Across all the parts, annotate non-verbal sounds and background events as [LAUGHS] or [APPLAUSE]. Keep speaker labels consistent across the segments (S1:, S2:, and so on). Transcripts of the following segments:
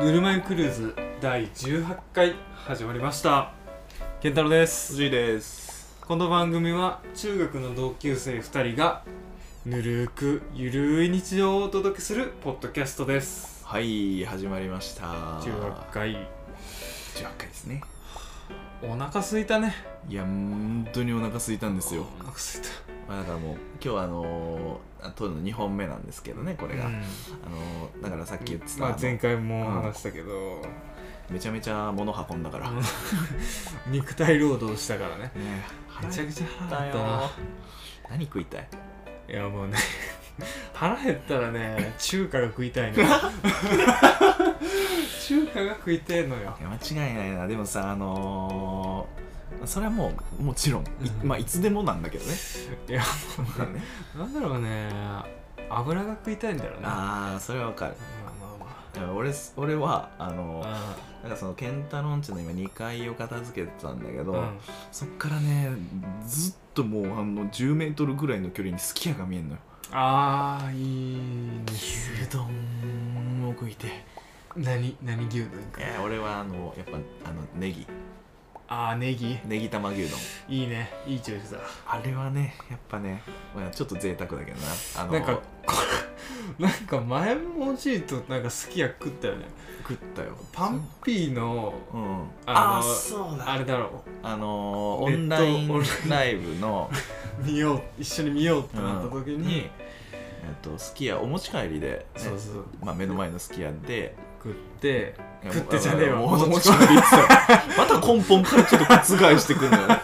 S1: ぬるま湯クルーズ第18回始まりました健太郎です
S2: 藤井です
S1: この番組は中学の同級生2人がぬるーくゆるい日常をお届けするポッドキャストです
S2: はい始まりました
S1: 18回
S2: 18回ですね
S1: お腹すいたね
S2: いや本当にお腹空いたんですよ、
S1: お腹すい
S2: まあ、だからもう今日はあのー、撮るの2本目なんですけどねこ
S1: た
S2: れが、
S1: う
S2: あ
S1: ん
S2: のー、だからさっき言ってた、
S1: まあ
S2: あ、
S1: 前
S2: の
S1: 回も話したけど、
S2: めちゃめちゃ物運んだから、
S1: う
S2: ね
S1: ん肉体労働したからね
S2: え腹
S1: めちゃ
S2: 減っ
S1: くちゃ
S2: た
S1: 腹減ったな
S2: よ何食いたい
S1: いやもうね [LAUGHS] 腹減ったらね中華が食いた [LAUGHS] いのよ中華が食いてえのよ
S2: いや間違いないなでもさあのー、それはもうもちろん、い
S1: うん
S2: まあいつでもなんだけどね
S1: いや
S2: まあね
S1: なんだろうね油が食いたいんだろうな
S2: ああそれはわかる
S1: まあま
S2: いや俺俺はあ
S1: あ
S2: のー、
S1: ま
S2: なんかそのケンタロンチの今2階を片付けてたんだけ
S1: あ
S2: ど、
S1: うんうん
S2: そっからねずっともうあの10メートルぐらいの距離にすき家が見えんのよ
S1: あーいいです
S2: 牛丼を食いて
S1: 何何牛丼か
S2: えー俺はあのやっぱあのネギ
S1: あーネギ
S2: ネギ玉牛丼
S1: いいねいいチョイスだ
S2: あれはねやっぱね、まあ、ちょっと贅沢だけどなあの
S1: なんかこれなんか前もじいとなんかすき焼き食ったよね
S2: 食ったよ
S1: パンピーの
S2: うん
S1: あの
S2: あーそうだ
S1: あれだろ
S2: あのオ
S1: ネット
S2: ンライン
S1: オン
S2: ライブの、
S1: う見よう一緒に見ようってなった時に、
S2: えっと、すき家お持ち帰りで、ね
S1: そうそう
S2: まあ、目の前のすき家で
S1: 食って
S2: いや
S1: 食ってじゃねえわ
S2: もう
S1: も
S2: も
S1: う
S2: う
S1: ちょ
S2: ち
S1: っ
S2: ょ
S1: と
S2: っと言ってたよまた根本からちょっと覆してくんだよね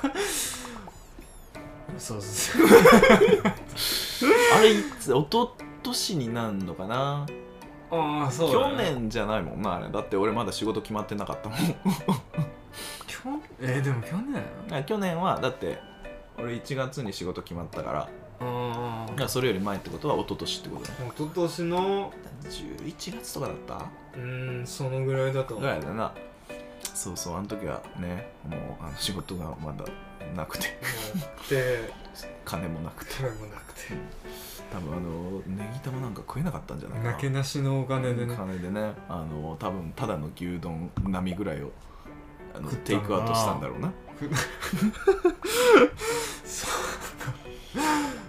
S1: そうそう [LAUGHS] そう
S2: あれいつ一昨年になんのかな、
S1: ああそうだ、
S2: 去
S1: ね、
S2: 年じゃないもんなあれだって俺まだ仕事決まってなかったもん [LAUGHS]
S1: 去えー、でも去年
S2: あ去年はだって俺1月に仕事決まったから
S1: あ
S2: だからそれより前ってことは一昨年ってことね
S1: あ一昨年の
S2: 11月とかだった
S1: うーんそのぐらいだと
S2: ぐらいだなそうそうあの時はねもうあの仕事がまだなくて
S1: で
S2: 金もなくて
S1: 食べもなくて
S2: 多分あのネギ玉なんか食えなかったんじゃ [LAUGHS] ないかな
S1: なけなしのお金でね
S2: 金でねあの多分ただの牛丼並みぐらいをあの
S1: 食ったんだな
S2: テイクアウトしたんだろうな
S1: そうか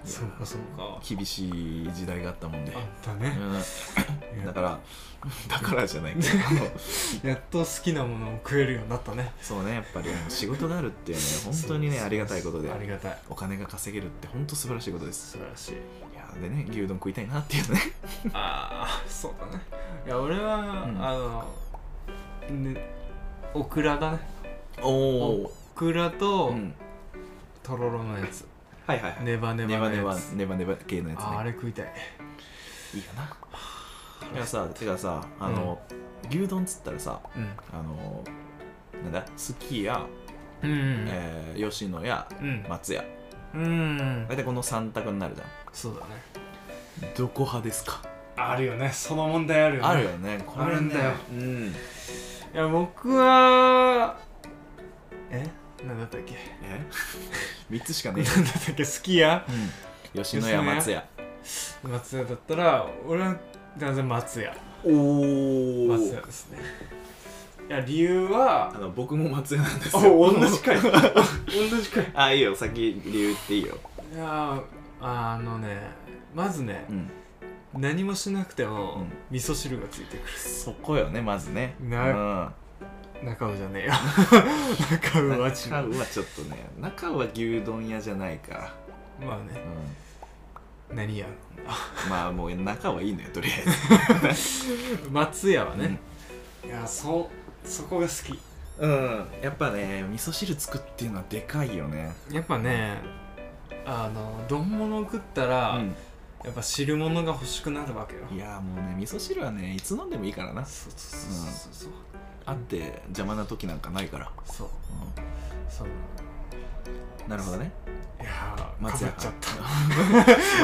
S1: そうかそうか
S2: 厳しい時代があったもんで、
S1: あった
S2: う
S1: ね
S2: ん
S1: いや
S2: だから [LAUGHS] だからじゃないけど [LAUGHS] あの
S1: やっと好きなものを食えるようになったね
S2: そうねやっぱりあの仕事があるっていうのは本当にね
S1: そう
S2: ありがたいことで
S1: ありがたい
S2: お金が稼げるって本当素晴らしいことです
S1: 素晴らしい
S2: いやでね牛丼食いたいなっていうね
S1: ああそうだねいや俺は、
S2: うん
S1: あのねオクラだね
S2: お
S1: おオクラと、
S2: うん、
S1: とろろのやつ
S2: はいはいはい
S1: ネバネ
S2: ネ
S1: バ
S2: バ
S1: の
S2: ネ
S1: や
S2: バ
S1: つ
S2: ネバネバ系のやつね
S1: ああれ食いたい
S2: いいよないやさてかさあの、牛丼っつったらさ
S1: うん
S2: あのなんだすき
S1: う
S2: 家、
S1: んうん
S2: えー吉野家
S1: うん
S2: 松屋
S1: うん
S2: 大体この3択になるじゃ
S1: そうだね
S2: んどこ派ですか
S1: あるよねその問題あるよね
S2: あるよねこ
S1: あるんだよ
S2: うん
S1: いや僕はえなんだったっけ
S2: え [LAUGHS] 3つしかね
S1: なんだったっけ好きや
S2: え、うん、吉野家松屋
S1: 松屋だったら俺は全然松屋
S2: おお
S1: 松屋ですねいや理由
S2: あ
S1: は
S2: の僕も松屋なんですよ
S1: お同じかい同じかい
S2: [LAUGHS] あいいよ先理由言っていいよ
S1: いやーあのねまずね
S2: うん
S1: 何もしなくて
S2: う
S1: も
S2: ん
S1: 味噌汁がついてく
S2: そこよねまずね
S1: なる中尾じゃ
S2: [LAUGHS]
S1: ねえよ中
S2: う
S1: 尾
S2: ん
S1: は違
S2: 中
S1: う
S2: はちょっとね中は牛丼屋じゃないか
S1: まあ
S2: ら、
S1: ね
S2: うん、
S1: 何やん
S2: まあもう仲はいいのよとりあえず
S1: 松屋は [LAUGHS] ね、いやそうそこが好き
S2: うんやっぱね味噌汁作っていうのはでかいよね
S1: やっぱねあの丼物を食ったら、やっぱ汁物が欲しくなるわけよ
S2: いやーもうね味噌汁はねいつ飲んでもいいからな
S1: そうそうそうそう
S2: あって邪魔な時なんかないから、
S1: そうそうそう
S2: なるほどね
S1: いやーか
S2: 松
S1: ぶっ
S2: 屋
S1: ちゃったか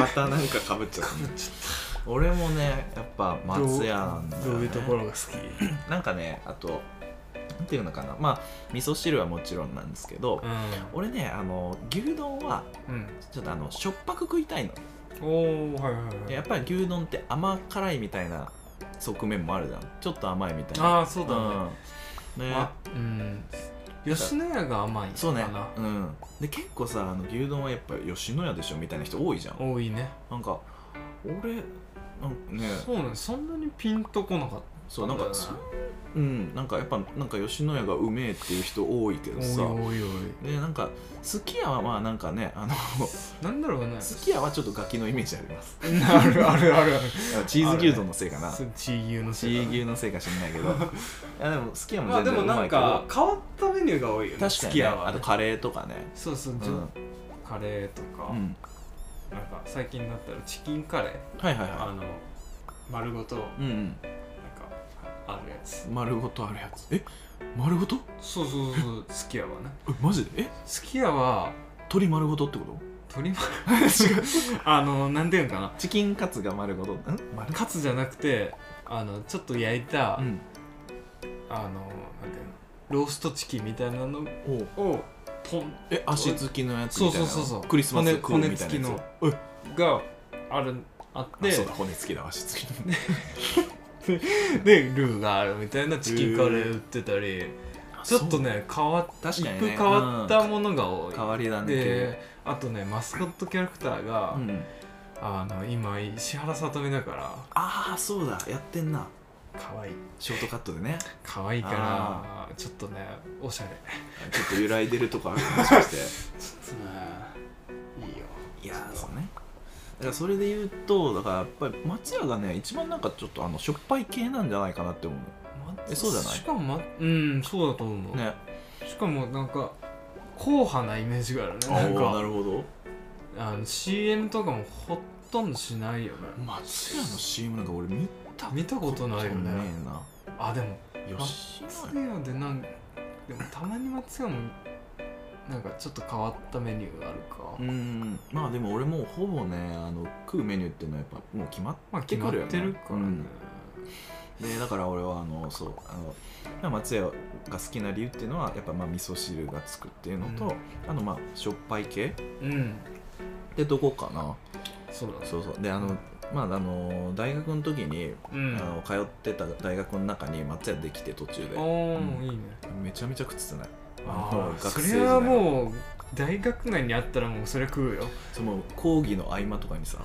S2: [LAUGHS] またなんかかぶっちゃった
S1: ぶっちゃ
S2: 俺もねやっぱ
S1: った
S2: 松屋なんだよ、ね、
S1: どうどういうところが好き
S2: なんかねあとなんていうのかなまあ味噌汁はもちろんなんですけど、
S1: う
S2: 俺ねあの牛丼は
S1: ん、うん
S2: ちょっとあのしょっぱく食いたいの
S1: おおはいはいはい
S2: やっぱり牛丼って甘辛いみたいな側面もあるじゃんちょっと甘いみたいな
S1: ああそうだね、
S2: うんね、
S1: まうん吉野家が甘いかな
S2: そうねうんで結構さあの牛丼はやっぱ吉野家でしょみたいな人多いじゃん
S1: 多いね
S2: なんか俺なんかね
S1: そうねそんなにピンとこなかっ
S2: そうなんか
S1: そ
S2: そうううんなんかやっぱなんか吉野家がうめえっていう人多いけ
S1: た
S2: ど
S1: おい
S2: さ
S1: おいおい
S2: でなんかすき家はまあなんかね
S1: [LAUGHS]
S2: あの
S1: なんだろうね
S2: すき家はちょっとガキのイメージあります
S1: あるあるあるある
S2: チーズ牛丼のせいかな、
S1: そうチー牛の
S2: チ
S1: せいだ
S2: ー
S1: ね
S2: 牛のせいか知んないけ
S1: [LAUGHS]
S2: どいやでもすき家も
S1: まあ
S2: 全
S1: で
S2: 然
S1: も
S2: うま
S1: ないん
S2: けど、
S1: か変わったメニューが多いよね
S2: 確か
S1: す
S2: に、
S1: き
S2: ね、
S1: 家
S2: あ
S1: は
S2: と
S1: ね
S2: カレーとかね
S1: そうそう、
S2: う
S1: じょ
S2: ん、
S1: カレーとか、
S2: うん、
S1: なんか最近だったらチキンカレー、
S2: はいはい
S1: あ
S2: は
S1: の丸ごとなんか
S2: いうん
S1: あるやつ
S2: うん丸ごとあるやつえ丸ごと
S1: そうそうそうすき家はね
S2: えマジでえ
S1: すき家は
S2: 鶏丸ごとってこと
S1: 鶏丸
S2: 違う
S1: [LAUGHS] あのなんていうのかな
S2: チキンカツが丸ごとん丸
S1: カツじゃなくてあのちょっと焼いた、
S2: うん
S1: あのなんていうのローストチキンみたいなの
S2: おう
S1: をポン
S2: え足付きのやつみたいな
S1: そうそうそうそう
S2: クリスマ
S1: 骨
S2: ス食うみたいなやつ
S1: 骨
S2: え
S1: があるあって
S2: あそうだ骨付きだ足付き [LAUGHS] の
S1: でルーがあるみたいなチキンカレー売ってたりちょっとね変わった
S2: 確かにね
S1: 一風変わったものが多い、
S2: 変わりだね
S1: であとねマスコットキャラクターが、
S2: うん
S1: あの今石原さとみだか
S2: ああそうだやってんな
S1: ら可愛い
S2: ショートカットでね
S1: 可愛いからちょっとねおしゃれ
S2: [LAUGHS] ちょっと揺らいでるとこあるかもしかして
S1: ちょっとねいいよ
S2: いやーそうねだからそれで言うとだからやっぱり松屋がね一番なんかちょっとあのしょっぱい系なんじゃないかなって思うえそうじゃない
S1: しかも、ま、うんそうだと思う、
S2: ね
S1: しかもなんか硬派なイメージがあるね
S2: あ
S1: なん
S2: ーな
S1: か
S2: るほど
S1: あの CM とかもほとんどしないよね
S2: 松屋の CM なんか俺見た
S1: 見たことないよね
S2: ねえな
S1: あでも
S2: 吉
S1: 松
S2: 野家
S1: 屋でなんでもたまに松屋もなんかちょっと変わったメニューがあるか、
S2: うんまあでも俺もうほぼねあの食うメニューっていうのはやっぱもう決まっ
S1: まあ
S2: て
S1: 決ま
S2: く
S1: っ
S2: るよね
S1: てるからね、
S2: でだから俺はあのそうあのまあ松屋が好きな理由っていうのはやっぱまあ味噌汁がつくっていうのと、あのまあしょっぱい系っ
S1: うん、
S2: てとこかな
S1: そうだ
S2: そうそうであのまああの大学の時に、
S1: うん
S2: あの通ってた大学の中に松屋できて途中で
S1: おー、
S2: うん
S1: いいね
S2: めちゃめちゃ食ってたね
S1: あ
S2: の
S1: あそ
S2: 学生時
S1: れ
S2: 代
S1: はもう大学内にあったらもうそれ食うよ
S2: その講義の合間とかにさ、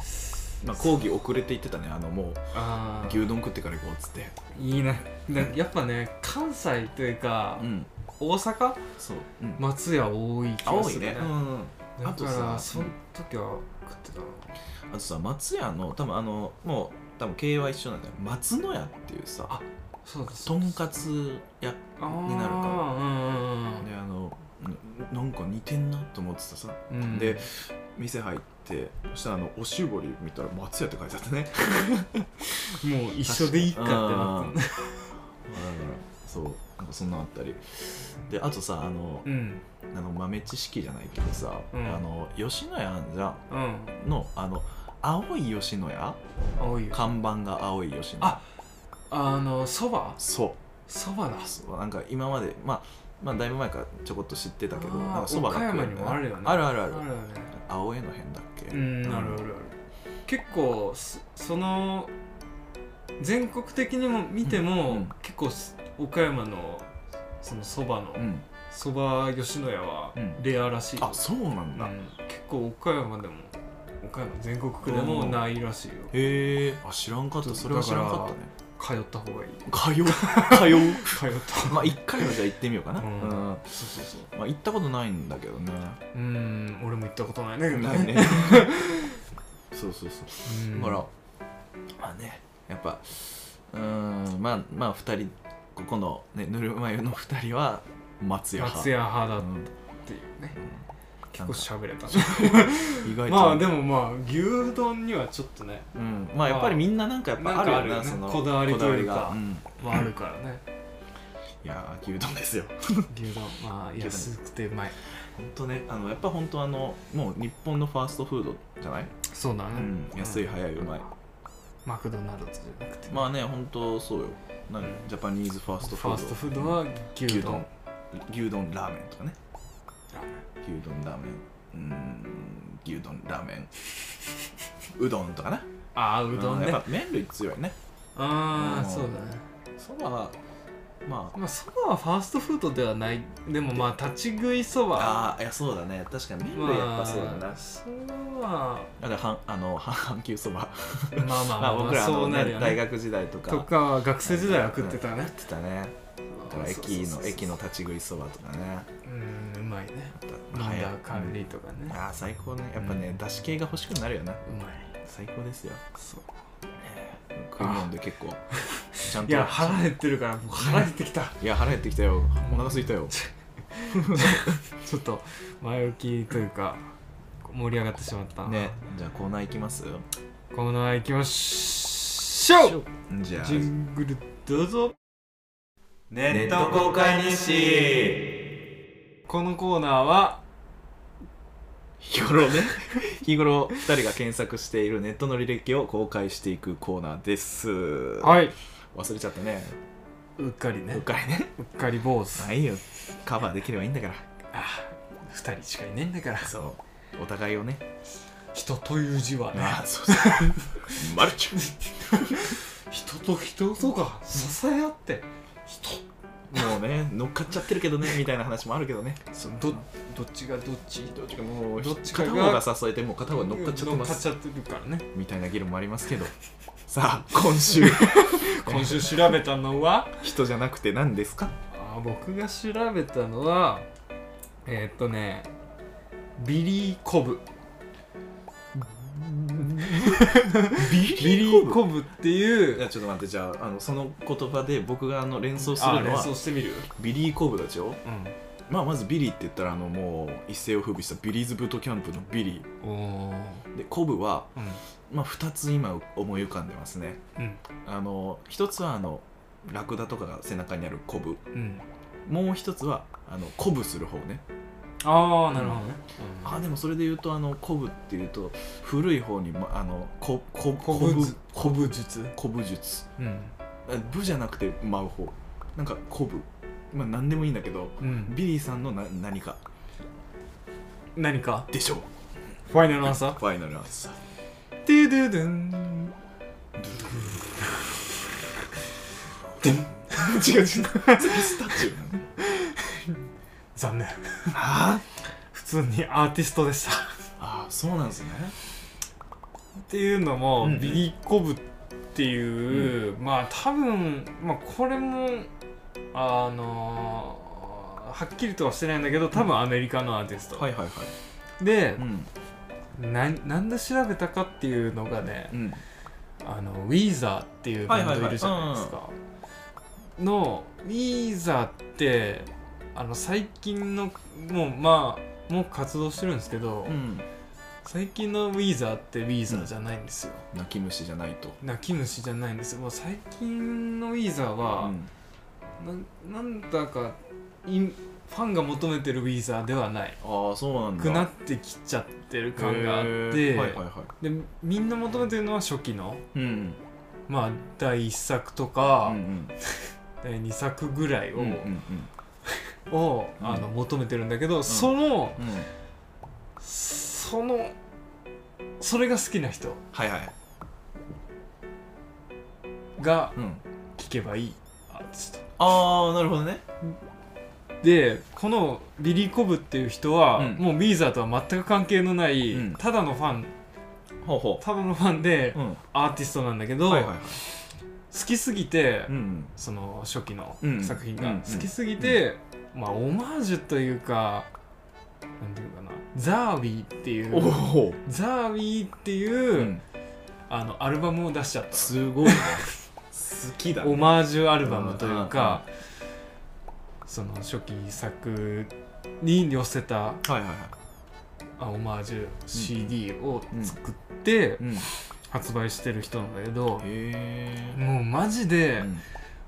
S2: まあ、講義遅れて行ってたねあのもう
S1: ああ
S2: 牛丼食ってから行こうっつって
S1: いいななやっぱね関西というか、
S2: うん
S1: 大阪
S2: そう、うん
S1: 松屋多い気が
S2: 青
S1: す
S2: い
S1: る
S2: ね、うん
S1: だ
S2: あと
S1: か
S2: さ
S1: らその時は食ってたな
S2: あとさ松屋の多分あのもう多分経営は一緒なんだよ松の屋っていうさ
S1: あそうだ
S2: とんかつ屋で
S1: あー
S2: になるか
S1: うんうん
S2: あのうんなんか似てんなと思ってたさ、
S1: うんうん
S2: で店入ってそしたらあのおしぼり見たら松屋って書いてあったね
S1: もう一緒でいいかってなって
S2: だからそうなんかそんなんあったりであとさあの
S1: うん
S2: あの豆知識じゃないけどさ、
S1: うん
S2: あの吉野家あんじゃ
S1: うん
S2: んのあの青い吉野家
S1: 青いよ
S2: 看板が青い吉野家
S1: ああのそば
S2: そ
S1: そばだ
S2: うそうなんか今までまあまあだいぶ前からちょこっと知ってたけど
S1: あー
S2: なんかそばが
S1: 岡山
S2: 食え
S1: にもあるよね
S2: あるあるあ
S1: あ
S2: る
S1: るよね
S2: 青江の辺だっけ
S1: うんあるあるある結構そその全国的にも見ても、
S2: うんうん
S1: 結構す岡山のそのそばの
S2: うん
S1: そば吉野家は
S2: うん
S1: レアらしい、
S2: あそうなんだ、
S1: う
S2: へ
S1: ん結構岡山でも岡山全国区でもないらしいよ
S2: えあ知らんかったそれは知らんかった
S1: 通
S2: ね
S1: った方がいい
S2: 通う通う
S1: [LAUGHS] 通った方
S2: まあ一回はじゃあ行ってみようかな、
S1: うん
S2: うん
S1: そうそう
S2: まあ、行ったことないんだけどね
S1: そううん俺も行ったことないんだけど
S2: ないね [LAUGHS] そうそう
S1: う
S2: そう
S1: ん
S2: だから、まあねやっぱうーんまあまあ2人ここの、ね、ぬるま湯の2人は松屋派
S1: 松屋派だ
S2: う
S1: っ
S2: ん
S1: ていうね、
S2: なんか
S1: 結構喋れたね
S2: 意外と
S1: まあでもまあ牛丼にはちょっとね、
S2: うん、まあやっぱりみんななんかやっぱあるよ
S1: なんか
S2: な
S1: あるよね
S2: その
S1: こだわりというか
S2: こだわりがん
S1: まあ、あるからね
S2: いやー牛丼ですよ
S1: [LAUGHS] 牛丼まあ
S2: 牛丼
S1: 安くてうまい
S2: 本当ねあのやっぱ本当あのもう日本のファーストフードじゃない、
S1: そうだね、
S2: うん、安い
S1: うん
S2: 早いうまい
S1: マクドナルドじゃなくて
S2: まあね本当そうよなんか
S1: うん
S2: ジャパニーズファースト
S1: フ
S2: フ
S1: ァ
S2: ード
S1: ーストフードは牛丼
S2: 牛丼牛丼ラーメンとかね牛丼ラーメンうーん牛丼ラーメン [LAUGHS] うどんとかね
S1: ああうどんね
S2: やっぱ麺類強いね
S1: ああ
S2: うん
S1: そうだね
S2: そばはまあ
S1: まあそばはファーストフードではないでもまあ立ち食いそば
S2: あーいやそうだね確かに麺
S1: まあ
S2: 類やっぱそうだな、だ
S1: そ [LAUGHS] ば
S2: からはんあのは半球そば
S1: [LAUGHS] まあまあま
S2: ま
S1: あ
S2: あ僕
S1: まあ
S2: らあ
S1: そ
S2: の、
S1: うなる
S2: ね
S1: よ
S2: 大
S1: ね
S2: 学時代とか
S1: とかは学生時代は食ってた
S2: うん
S1: ね
S2: 食ってたねだから駅の駅の立ち食いそばとかね
S1: うんうまいね
S2: ま
S1: 飲
S2: あ
S1: んだ
S2: や
S1: 管理とかね
S2: あー最高ねやっぱ
S1: う
S2: ね
S1: ん
S2: だし系が欲しくなるよね
S1: うまい
S2: 最高ですよ
S1: そう
S2: 食い物で結構ちゃんと
S1: いや腹減ってるからもう腹減ってきた
S2: いや腹減ってきたよお腹空いたよ
S1: ちょっと前置きというか盛り上がってしまった
S2: [LAUGHS] ねじゃあコーナー行きます
S1: コーナー行きましょう
S2: じゃあ
S1: ジングルどうぞ
S2: ネ
S1: ット公開日誌このコーナーは
S2: 日頃ね [LAUGHS] 日頃2人が検索しているネットの履歴を公開していくコーナーですい
S1: はい
S2: 忘れちゃったね
S1: うっかりね
S2: うっかりね
S1: うっかり坊主
S2: まあいいよ [LAUGHS] カバーできればいいんだから
S1: あ二人しかいないんだから
S2: そうお互いをね
S1: 人という字はね
S2: ああそうそう [LAUGHS] マルチ
S1: 人と人とか支え合って人
S2: もうね乗っかっちゃってるけどねみたいな話もあるけどね
S1: そどどっちがどっち
S2: どっちかもう
S1: どっちかが
S2: 片方が支えてもう片方が乗っかっちゃって
S1: 乗
S2: ま
S1: っかっ
S2: す
S1: ちゃってるからね
S2: みたいな議論もありますけどさあ今 [LAUGHS] 週
S1: 今週調べたのは
S2: 人じゃなくて何ですか
S1: あー僕が調べたのはえーっとねビリーコブ
S2: ビ
S1: ビリーコブって
S2: い
S1: いう
S2: やちょっと待ってじゃああのその言葉で僕があの連想す
S1: あ
S2: る
S1: ー
S2: の
S1: 連
S2: は
S1: 想してみる
S2: ビリー・コーブだでしょ、
S1: う
S2: まあ、まずビリーって言ったらあのもう一世を風靡したビリーズブートキャンプのビリ
S1: んおー
S2: ーでコブは、
S1: うん
S2: まあ、2つ今思い浮かんでますね
S1: うん
S2: あの一つはあのラクダとかが背中にあるコブ
S1: うん
S2: もう一つはあの鼓舞する方ね
S1: ああなるほどね、
S2: あでもそれで言うとあの鼓舞っていうと古い方にまあのここ
S1: 鼓舞
S2: 鼓舞術鼓舞術
S1: うん
S2: あ武じゃなくて舞う方なんか鼓舞まあ何でもいいんだけど
S1: うん、
S2: ビリーさんのな何か
S1: 何か
S2: でしょう
S1: ファイナルアンサー
S2: ファイナルアンサー
S1: ドゥドゥドゥン
S2: 違う違う次スタチューなの
S1: 残念
S2: あ
S1: 普通にアーティストでしたっ
S2: ーあーそうなんですね
S1: ていうのも、
S2: うん
S1: ビリコブっていう、まあ多分、まあ、これもあのーはっきりとはしてないんだけど多分アメリカのアーティスト、
S2: はいはいはい
S1: で
S2: う、ん
S1: ななんで調べたかっていうのがね
S2: うん
S1: あのウィーザーっていうバンドいるじゃないですかのウィーザーってあの最近のもうまあもう活動してるんですけど、
S2: うん
S1: 最近のウィーザーってウィーザーじゃないんですよ、
S2: 泣き虫じゃないと
S1: 泣き虫じゃないんですよもう最近のウィーザーは、
S2: ん
S1: ななんだかインファンが求めてるウィーザーではない
S2: ああそうなんだ
S1: くなってきちゃってる感があっ
S2: へ
S1: て、
S2: ーはいはいは
S1: でみんな求めてるのは初期の
S2: いうん
S1: まあ第1作とか、
S2: うんうん
S1: 第2作ぐらいを,、
S2: うんうん
S1: を
S2: うん
S1: あの求めてるんだけど、その
S2: うんうん
S1: そのそれが好きな人
S2: はいはい
S1: が
S2: うん
S1: 聴けばいいアーティスト
S2: ああなるほどね
S1: でこのビリー・コブっていう人は、
S2: うん
S1: もうウィーザーとは全く関係のない、
S2: うん
S1: ただのファン
S2: ほうほ
S1: ただのファンで
S2: ううん
S1: アーティストなんだけど、
S2: はいはいはい
S1: 好きすぎて、
S2: うん
S1: その初期の
S2: うん
S1: 作品が、
S2: うん
S1: 好きすぎて、まあオマージュというかなんていうかなザーウィーってい
S2: お
S1: う
S2: お
S1: ザーウィーっていう、
S2: うん
S1: あのアルバムを出しちゃった
S2: すごいね好きだ
S1: オ
S2: ね
S1: マージュアルバムというか、その初期作に寄せた
S2: はいはいはい
S1: あオマージュ CD を作って
S2: うんへ
S1: 発売してる人なんだけど、
S2: え
S1: もうマジで、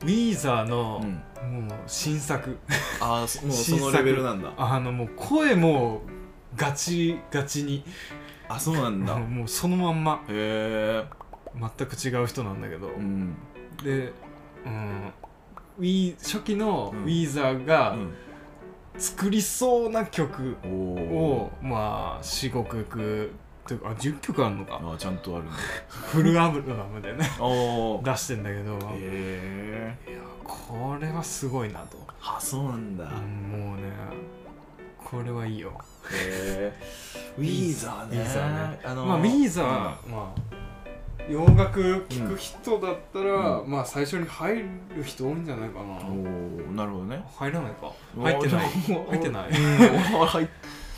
S1: ウィーザーの
S2: う、ん
S1: もう新作
S2: ああそもうそ
S1: 新
S2: の
S1: 作
S2: レベルなんだ
S1: あのもう声もガチガチに
S2: あそうなん [LAUGHS] だへ
S1: もうそのまんま
S2: え
S1: 全く違う人なんだけど、
S2: うん
S1: で、うん、ウィー初期の
S2: う
S1: ウ
S2: ん
S1: ィーザーが、
S2: うん
S1: 作りそうな曲
S2: おお
S1: をまあ45曲というかあ10曲あるのか
S2: ああちゃんとある
S1: [LAUGHS]
S2: ね
S1: フルアルバムでね
S2: お
S1: 出してんだけど、
S2: へ
S1: い
S2: え
S1: やこれはすごいなと、
S2: あそうなんだ、
S1: うんもうねこれはいいよ
S2: へえウィーザーね
S1: ウィーザーね
S2: あの
S1: まあウィーザー、まあ洋楽聴く人だったら、
S2: う
S1: まあ最初に入る人多いんじゃないかな、
S2: おおなるほど
S1: [LAUGHS]
S2: ね
S1: 入らないか
S2: うん
S1: 入ってない
S2: 俺も
S1: 入ってない
S2: うん俺入っ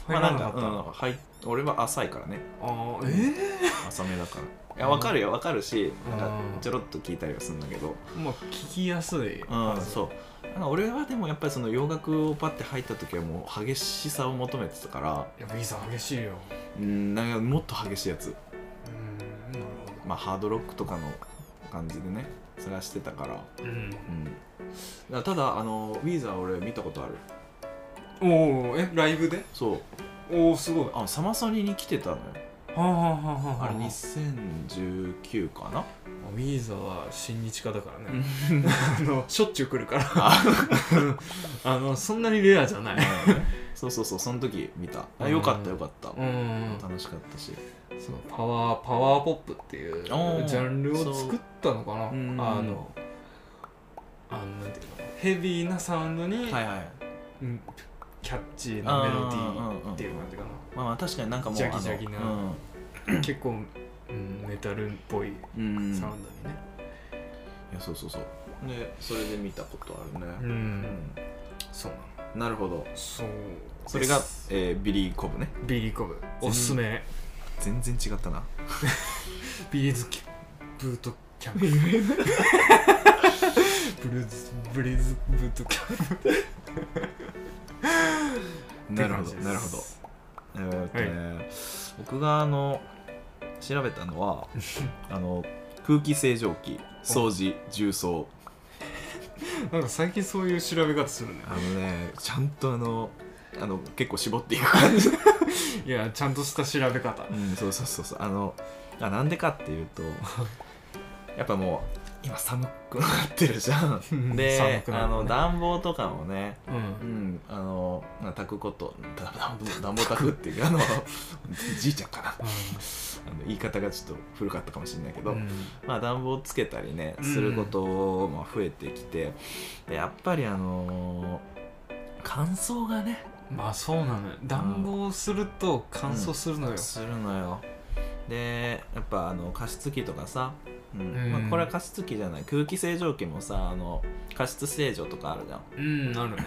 S1: 入らなかった、
S2: まあなんかうん入っ俺は浅いからね
S1: あーえ
S2: 浅めだからいやわかるよわかるしなんか
S1: うん
S2: ちょろっと聞いたりはするんだけど
S1: えまあ聞きやすい、
S2: うんそうなんか俺はでもやっぱりその洋楽をパッて入った時はもう激しさを求めてたから
S1: いやウィザー激しいよ
S2: うんなんかもっと激しいやつ
S1: うんなる
S2: まあハードロックとかの感じでね探してたから
S1: ほどうん
S2: うんだからただあのウィーザー俺見たことある
S1: おおえライブで
S2: そう
S1: おおすごいは
S2: あサマソニに来てたのよ
S1: あはあはあはあ
S2: あれ
S1: ウ
S2: 2019かな
S1: ィーザーは親日家だからねあのしょっちゅう来るからあのそんなにレアじゃない
S2: そうそうそうその時見た
S1: う
S2: あ
S1: ん
S2: よかったよかった
S1: うん
S2: 楽しかったし
S1: そうパワーパワーポップっていうジ
S2: おー
S1: ャンルを作ったのかなあ
S2: そううん
S1: のあのなんていうのヘビーなサウンドに、
S2: はいはい
S1: うんキャッチーなメロディーっていう感じか
S2: まあまあ確かになんかもう
S1: ジャギジャギな
S2: あの
S1: な結構、うん、メタルっぽい
S2: うん、うん、い
S1: サウンドにね
S2: やそうそうそうでそれで見たことあるね
S1: うん、
S2: うん
S1: そうなの
S2: なるほど
S1: そう
S2: それが
S1: で、す
S2: えービリー・コブね
S1: ビリーコブおすすめ
S2: 全然違ったな
S1: ビリーズキブートキャ
S2: [LAUGHS]
S1: ンプブルーズブリーズブートキャンプって
S2: なるほど
S1: 感じです
S2: なるほどえーっとね、僕があの調べたの [LAUGHS] はあの空気清浄機掃除重曹
S1: なんか最近そういう調べ方するね
S2: あのねちゃんとあのあの結構絞っていく感じ、
S1: いやちゃんとした調べ方
S2: うん、そうそうそうそうあのあなんでかっていうと [LAUGHS] やっぱもう今寒くなってるじゃん
S1: 寒
S2: で、
S1: くなるね
S2: あの暖房とかもね
S1: うん
S2: うん、あの、まあ、炊くこと、だだ暖房炊くっていう、あの、じいちゃんかな。あの言い方がちょっと古かったかもしれないけ
S1: う
S2: ど、
S1: ん
S2: まあ暖房つけたりね
S1: うん
S2: することもまあ増えてきて、でやっぱりあのー乾燥がね
S1: まあそうなのよ暖房すると乾燥するのよ、
S2: するのよでやっぱあの加湿器とかさ、うん
S1: うん
S2: まあ、これは加湿器じゃない空気清浄機もさあの加湿清浄とかあるじゃん
S1: うんなるね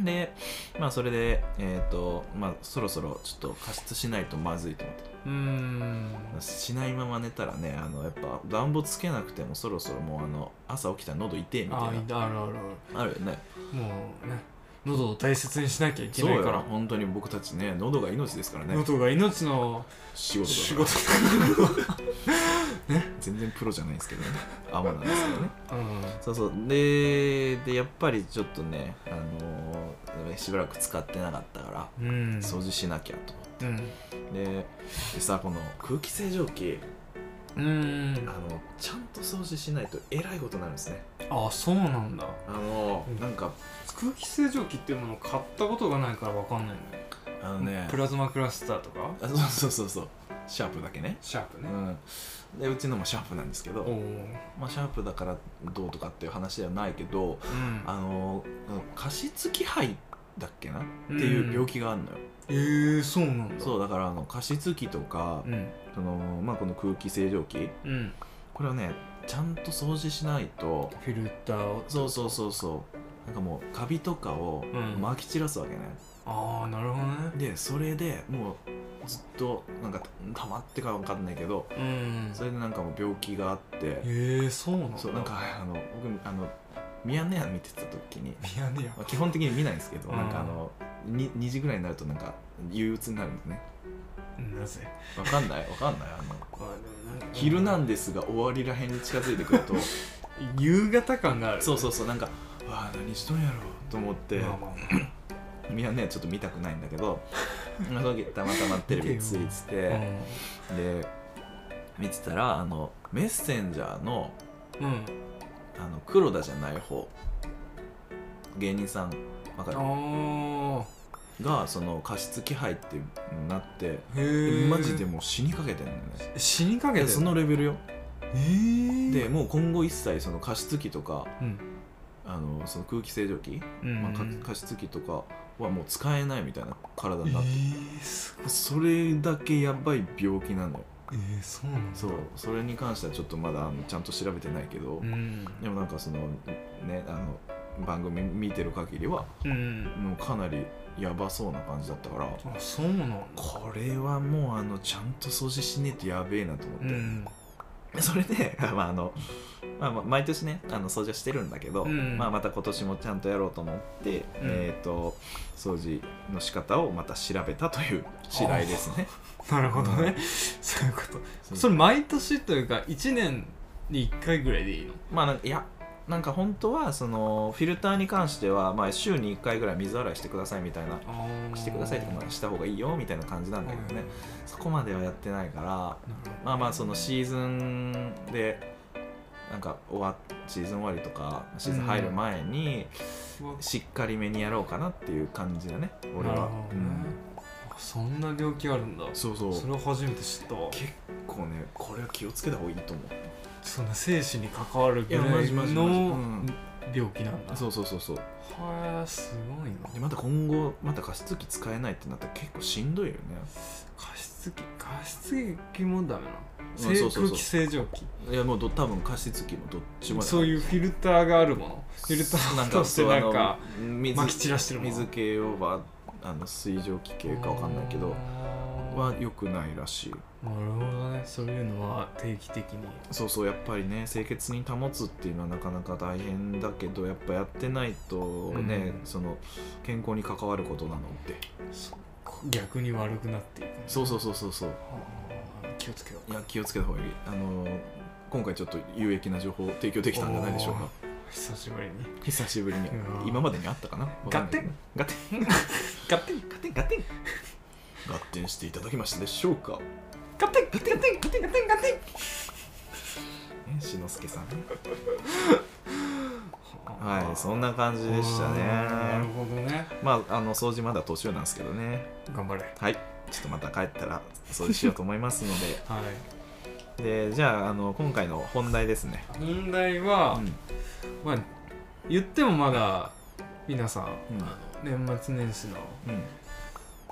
S2: でまあそれでえっ、とまあそろそろちょっと加湿しないとまずいと思って
S1: うーん
S2: しないまま寝たらねあのやっぱ暖房つけなくてもそろそろもうあの朝起きたら喉痛えみた
S1: ああ
S2: い
S1: るあるある
S2: なあるよね
S1: もうね喉を大切にしなきゃいけ
S2: そう
S1: ない
S2: よ
S1: から
S2: 本当に僕たちね喉が命ですからね
S1: 喉が命の
S2: 仕事
S1: 仕
S2: だか
S1: 事
S2: ら全然プロじゃないですけどねアマなんですけどね
S1: うん
S2: そうそうででやっぱりちょっとねあのーしばらく使ってなかったから
S1: うん
S2: 掃除しなきゃと
S1: うん
S2: ででさこの空気清浄機
S1: うん
S2: あのちゃんと掃除しないとえらいことになるんですね
S1: あそうなんだ
S2: あの
S1: うん
S2: なんか
S1: 空気清浄機っていうものを買ったことがないからわかんない
S2: あの
S1: のよ、
S2: ね
S1: プラズマクラスターとか
S2: あそうそうそうそうシャープだけね
S1: シャープ
S2: う
S1: ね、
S2: んでうちのもシャープなんですけ
S1: お
S2: ど、
S1: お
S2: まあ、シャープだからどうとかっていう話ではないけど
S1: うん
S2: あのうん加湿器肺だっけなっていう病気があるのよ、
S1: えー、そうなんだ
S2: そうだからあの加湿器とか、
S1: うん
S2: そのまあ、この空気清浄機
S1: うん
S2: これはねちゃんと掃除しないと
S1: フィルターを
S2: そうそうそうそうなんかもうカビとかを
S1: うん
S2: まき散らすわけね、
S1: ああなるほどね
S2: でそれでもうずっとなんかたたまってかわかんないけど
S1: うん
S2: それでなんかもう病気があって
S1: えー、そうなんだ
S2: そうなんかあの僕あのミヤネ屋見てた時に、
S1: ミヤネ屋
S2: まあ、基本的に見ないんですけど
S1: うん
S2: なんかあの 2, 2時ぐらいになるとなんか憂鬱になるんですね
S1: なぜ
S2: わかんないわかんないあの
S1: あでもなんか
S2: 「ヒルナンデス」が終わりらへんに近づいてくると
S1: 夕方感がある
S2: そうそうそうなんか「うわあ何しとんやろ」と思って
S1: まあまあま
S2: ミヤネ屋ちょっと見たくないんだけどその時たまたまテレビついて
S1: あ
S2: てで見てたらあのメッセンジャーの
S1: うん、うん、
S2: あの黒田じゃない方芸人さんわかる
S1: あ
S2: がその加湿器配ってなって
S1: へえ
S2: マジでもう死にかけてんのね
S1: 死にか
S2: い
S1: け
S2: や
S1: て
S2: そのレベルよ
S1: えー、
S2: でもう今後一切その加湿器とか
S1: うん
S2: あのその空気清浄機、
S1: うん
S2: まあ、か加湿器とかはもう使えないみたいな体になって、
S1: えー、す
S2: それだけやばい病気なのよ
S1: えー、そうなんだ
S2: そうそれに関してはちょっとまだあのちゃんと調べてないけど、
S1: うん
S2: でもなんかそのねあの番組見てる限りは
S1: うん
S2: もうかなりやばそうな感じだったから
S1: あそうなんだ
S2: これはもうあのちゃんと掃除しねえとやべえなと思って、
S1: うん
S2: それで、 [LAUGHS] まああのまあ、まあ毎年ねあの掃除はしてるんだけど、
S1: うん
S2: まあ、また今年もちゃんとやろうと思って、えっ、と掃除の仕方をまた調べたという次第ですね。
S1: なるほどねそういうことそれ毎年というか1年に1回ぐらいでいいの
S2: まあなんかいやなんか本当はそのフィルターに関しては、まあ、週に1回ぐらい水洗いしてくださいみたいなしてくださいとかまあした方がいいよみたいな感じなんだけどね、そこまではやってないからまあまあそのシーズンでなんか終わシーズン終わりとかシーズン入る前にしっかりめにやろうかなっていう感じだね俺
S1: なる
S2: は、
S1: ほ
S2: う
S1: どね
S2: ん、
S1: あそんな病気あるんだ
S2: そうそう
S1: それを初めて知ったわ
S2: 結構ねこれは気をつけた方がいいと思う
S1: そんな生死に関わるぐら
S2: いやマ
S1: い
S2: ジマジマジう
S1: の
S2: ん
S1: 病気なんだ
S2: そうそうそうそう
S1: はあすごいな
S2: でまた今後また加湿器使えないってなったら結構しんどいよね
S1: 加湿器加湿器もダメなの
S2: そうそうそう
S1: 空気清浄機
S2: いやもうど多分加湿器もどっちも
S1: そう
S2: う
S1: いうフィルターがあるものフィルターとしてなんか
S2: 水
S1: まき散らしてるもの
S2: 水系をばあの水蒸気系かわかんないけど
S1: あー
S2: は良くないらしい
S1: なるほどねそういうのは定期的に
S2: そうそうやっぱりね清潔に保つっていうのはなかなか大変だけどやっぱやってないとね、
S1: うん
S2: その健康に関わることなのって
S1: 逆に悪くなっていく
S2: そうそうそうそうそう
S1: あー気をつけよ
S2: いや気をつけた方がいいあの今回ちょっと有益な情報を提供できたんじゃないでしょうか
S1: う久しぶりに
S2: 久しぶりに
S1: うん
S2: 今までにあったかなわかんないけどねガテン
S1: ガッテン
S2: ガテンガテンガッテンしていただきましたでしょうか
S1: ガッテンガッテンガッテンガッテンガッテンガッテン
S2: ねしのすけさんねはいそんな感じでした
S1: なる
S2: ね
S1: ほどね
S2: まああの掃除まだ途中なんですけどね
S1: 頑張れ
S2: はいちょっとまた帰ったら掃除しようと思いますの
S1: はい
S2: ででじゃああの今回の本題ですね
S1: 問題は、
S2: うん
S1: まあ言ってもまだ皆さん、
S2: うん
S1: あの年末年始の
S2: うん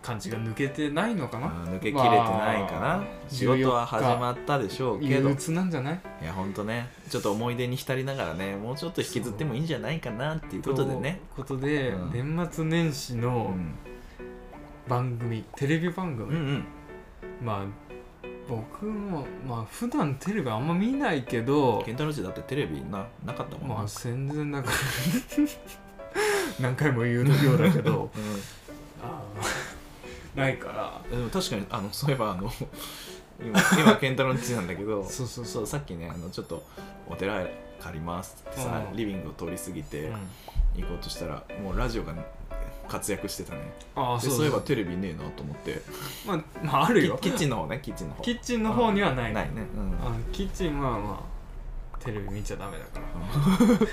S1: 感じが抜けてないのかな
S2: あー抜けきれてないかな、
S1: まあ
S2: 仕事は始まったでしょうけ
S1: 憂
S2: どい
S1: 鬱なんじゃない
S2: やほんとねちょっと思い出に浸りながらねもうちょっと引きずってもいいんじゃないかなっていうことでね
S1: ということで、
S2: う
S1: 年末年始
S2: う
S1: の
S2: ん
S1: 番組、テレビ番
S2: うんう
S1: 組、
S2: ん
S1: まあ僕もまあ普段テレビあんま見ないけど
S2: ケンタロウチだってテレビななかったもん
S1: ま
S2: な
S1: あ全然なんか [LAUGHS] 何回も言うようだけど [LAUGHS] あーないから
S2: うん、でも確かにあのそういえばあ
S1: [LAUGHS]
S2: の今今ケンタロウチなんだけど
S1: そうそうそ
S2: そうさっきねあのちょっとお寺借りますってさ、
S1: うん
S2: リビングを通り過ぎ
S1: う、
S2: て
S1: うん
S2: 行こうとしたら、もうラジオが活躍してたね
S1: ああ
S2: で
S1: そう
S2: そういえば
S1: そう
S2: テレビねえなと思って
S1: まあ、まあ、あるよ
S2: キキッチンの方ねキッチンの方
S1: キッチンの方にはない
S2: ないね、うん、
S1: あのキッチンはまあテレビ見ちゃダメだから
S2: ちょっと
S1: テ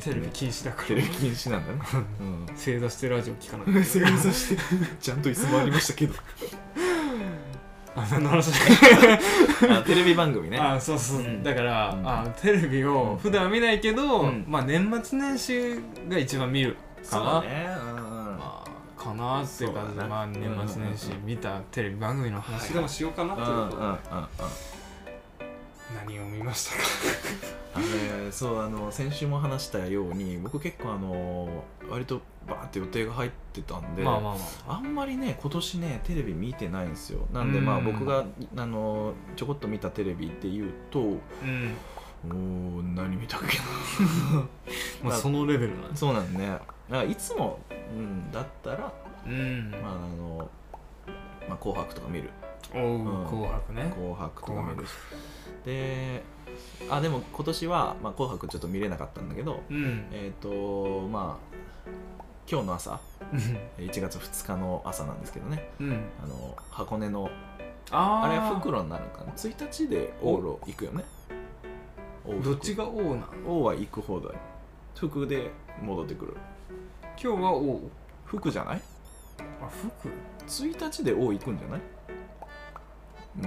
S1: レ
S2: って
S1: ビ
S2: ね
S1: 禁止だか
S2: テレ
S1: ら
S2: ビ禁止なんだね、
S1: [LAUGHS]
S2: うん
S1: 正座してラジオ聞かな [LAUGHS]
S2: 正
S1: い
S2: 座してちゃんと椅子もありましたけど
S1: [LAUGHS] あ何の話
S2: あテレビ番組ね
S1: あそうそう、
S2: うん
S1: だから、
S2: うん
S1: あテレビを普段は見ないけど、
S2: うん
S1: まあ年末年始が一番見るかな、
S2: ねうんうん
S1: まあかなっていう感じで、
S2: そうだね
S1: まあ年末年始見たテレビ番組の話でもしようかなって
S2: う
S1: い
S2: ん
S1: うこと
S2: うん
S1: で、
S2: うんうん
S1: 何を見ましたか
S2: あのねそうあの先週も話したように僕結構あの割とバーって予定が入ってたんで、
S1: まあまあま
S2: あんまりね今年ねテレビ見てないんですよなんで
S1: うん
S2: まあ僕があのちょこっと見たテレビっていうとお
S1: あうん
S2: ー何見たっけ
S1: まあそのレベルなん
S2: な
S1: です
S2: [LAUGHS] そうなんねだからいつも、うん、だったら、
S1: うん、
S2: まああのまあ、紅白とか見る
S1: おう、
S2: うん
S1: 紅白ね
S2: 紅白とか
S1: 紅白
S2: 見るであでも今年は、まあ、紅白ちょっと見れなかったんだけど
S1: うん
S2: えっ、とまあ今日の朝1月2日の朝なんですけどね
S1: [LAUGHS] うん
S2: あの箱根の
S1: あ
S2: あれは
S1: 袋
S2: 袋になるのかな1日で往路行くよね往復
S1: どっちが王なの
S2: 往は行く方だよ服で戻ってくる
S1: 今日は王
S2: 服じゃない
S1: あ服
S2: 1日で王行くんじゃない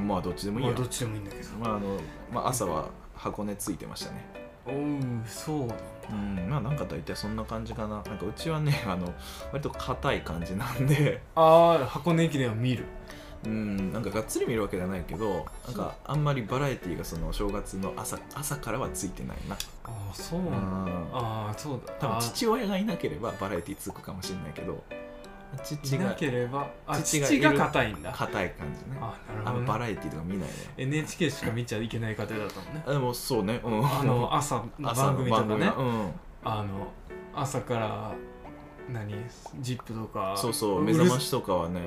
S2: まあどっちでもいい
S1: まあ
S2: や、
S1: どっちでもいいんだけど
S2: まああのまあ、朝は箱根ついてましたね
S1: おうそうなんだ
S2: うんまあなんか大体そんな感じかななんかうちはねあの割と硬い感じなんで
S1: ああ箱根駅伝を見る
S2: うんなんかがっつり見るわけじゃないけどなんかあんまりバラエティーがその正月の朝朝からはついてないな
S1: ああそう
S2: う
S1: なんだ
S2: ん
S1: ああそうだ
S2: 多分
S1: あー
S2: 父親がいなければバラエティーつくかもしれないけど父
S1: いな
S2: が
S1: ければあ
S2: 父が
S1: 父が
S2: いる
S1: 硬いんだ
S2: 硬い感じね
S1: あなる
S2: あ
S1: ほ
S2: んま
S1: ど、ね、
S2: バラエティーとか見ないね
S1: NHK しか見ちゃいけない家庭だったもんね
S2: あでもそうねうん
S1: あの朝の
S2: [LAUGHS] 朝
S1: 番組とかね
S2: 番組はうん
S1: あの朝から何「ジップとか
S2: そうそう
S1: う
S2: 目
S1: る
S2: 覚ましとかはね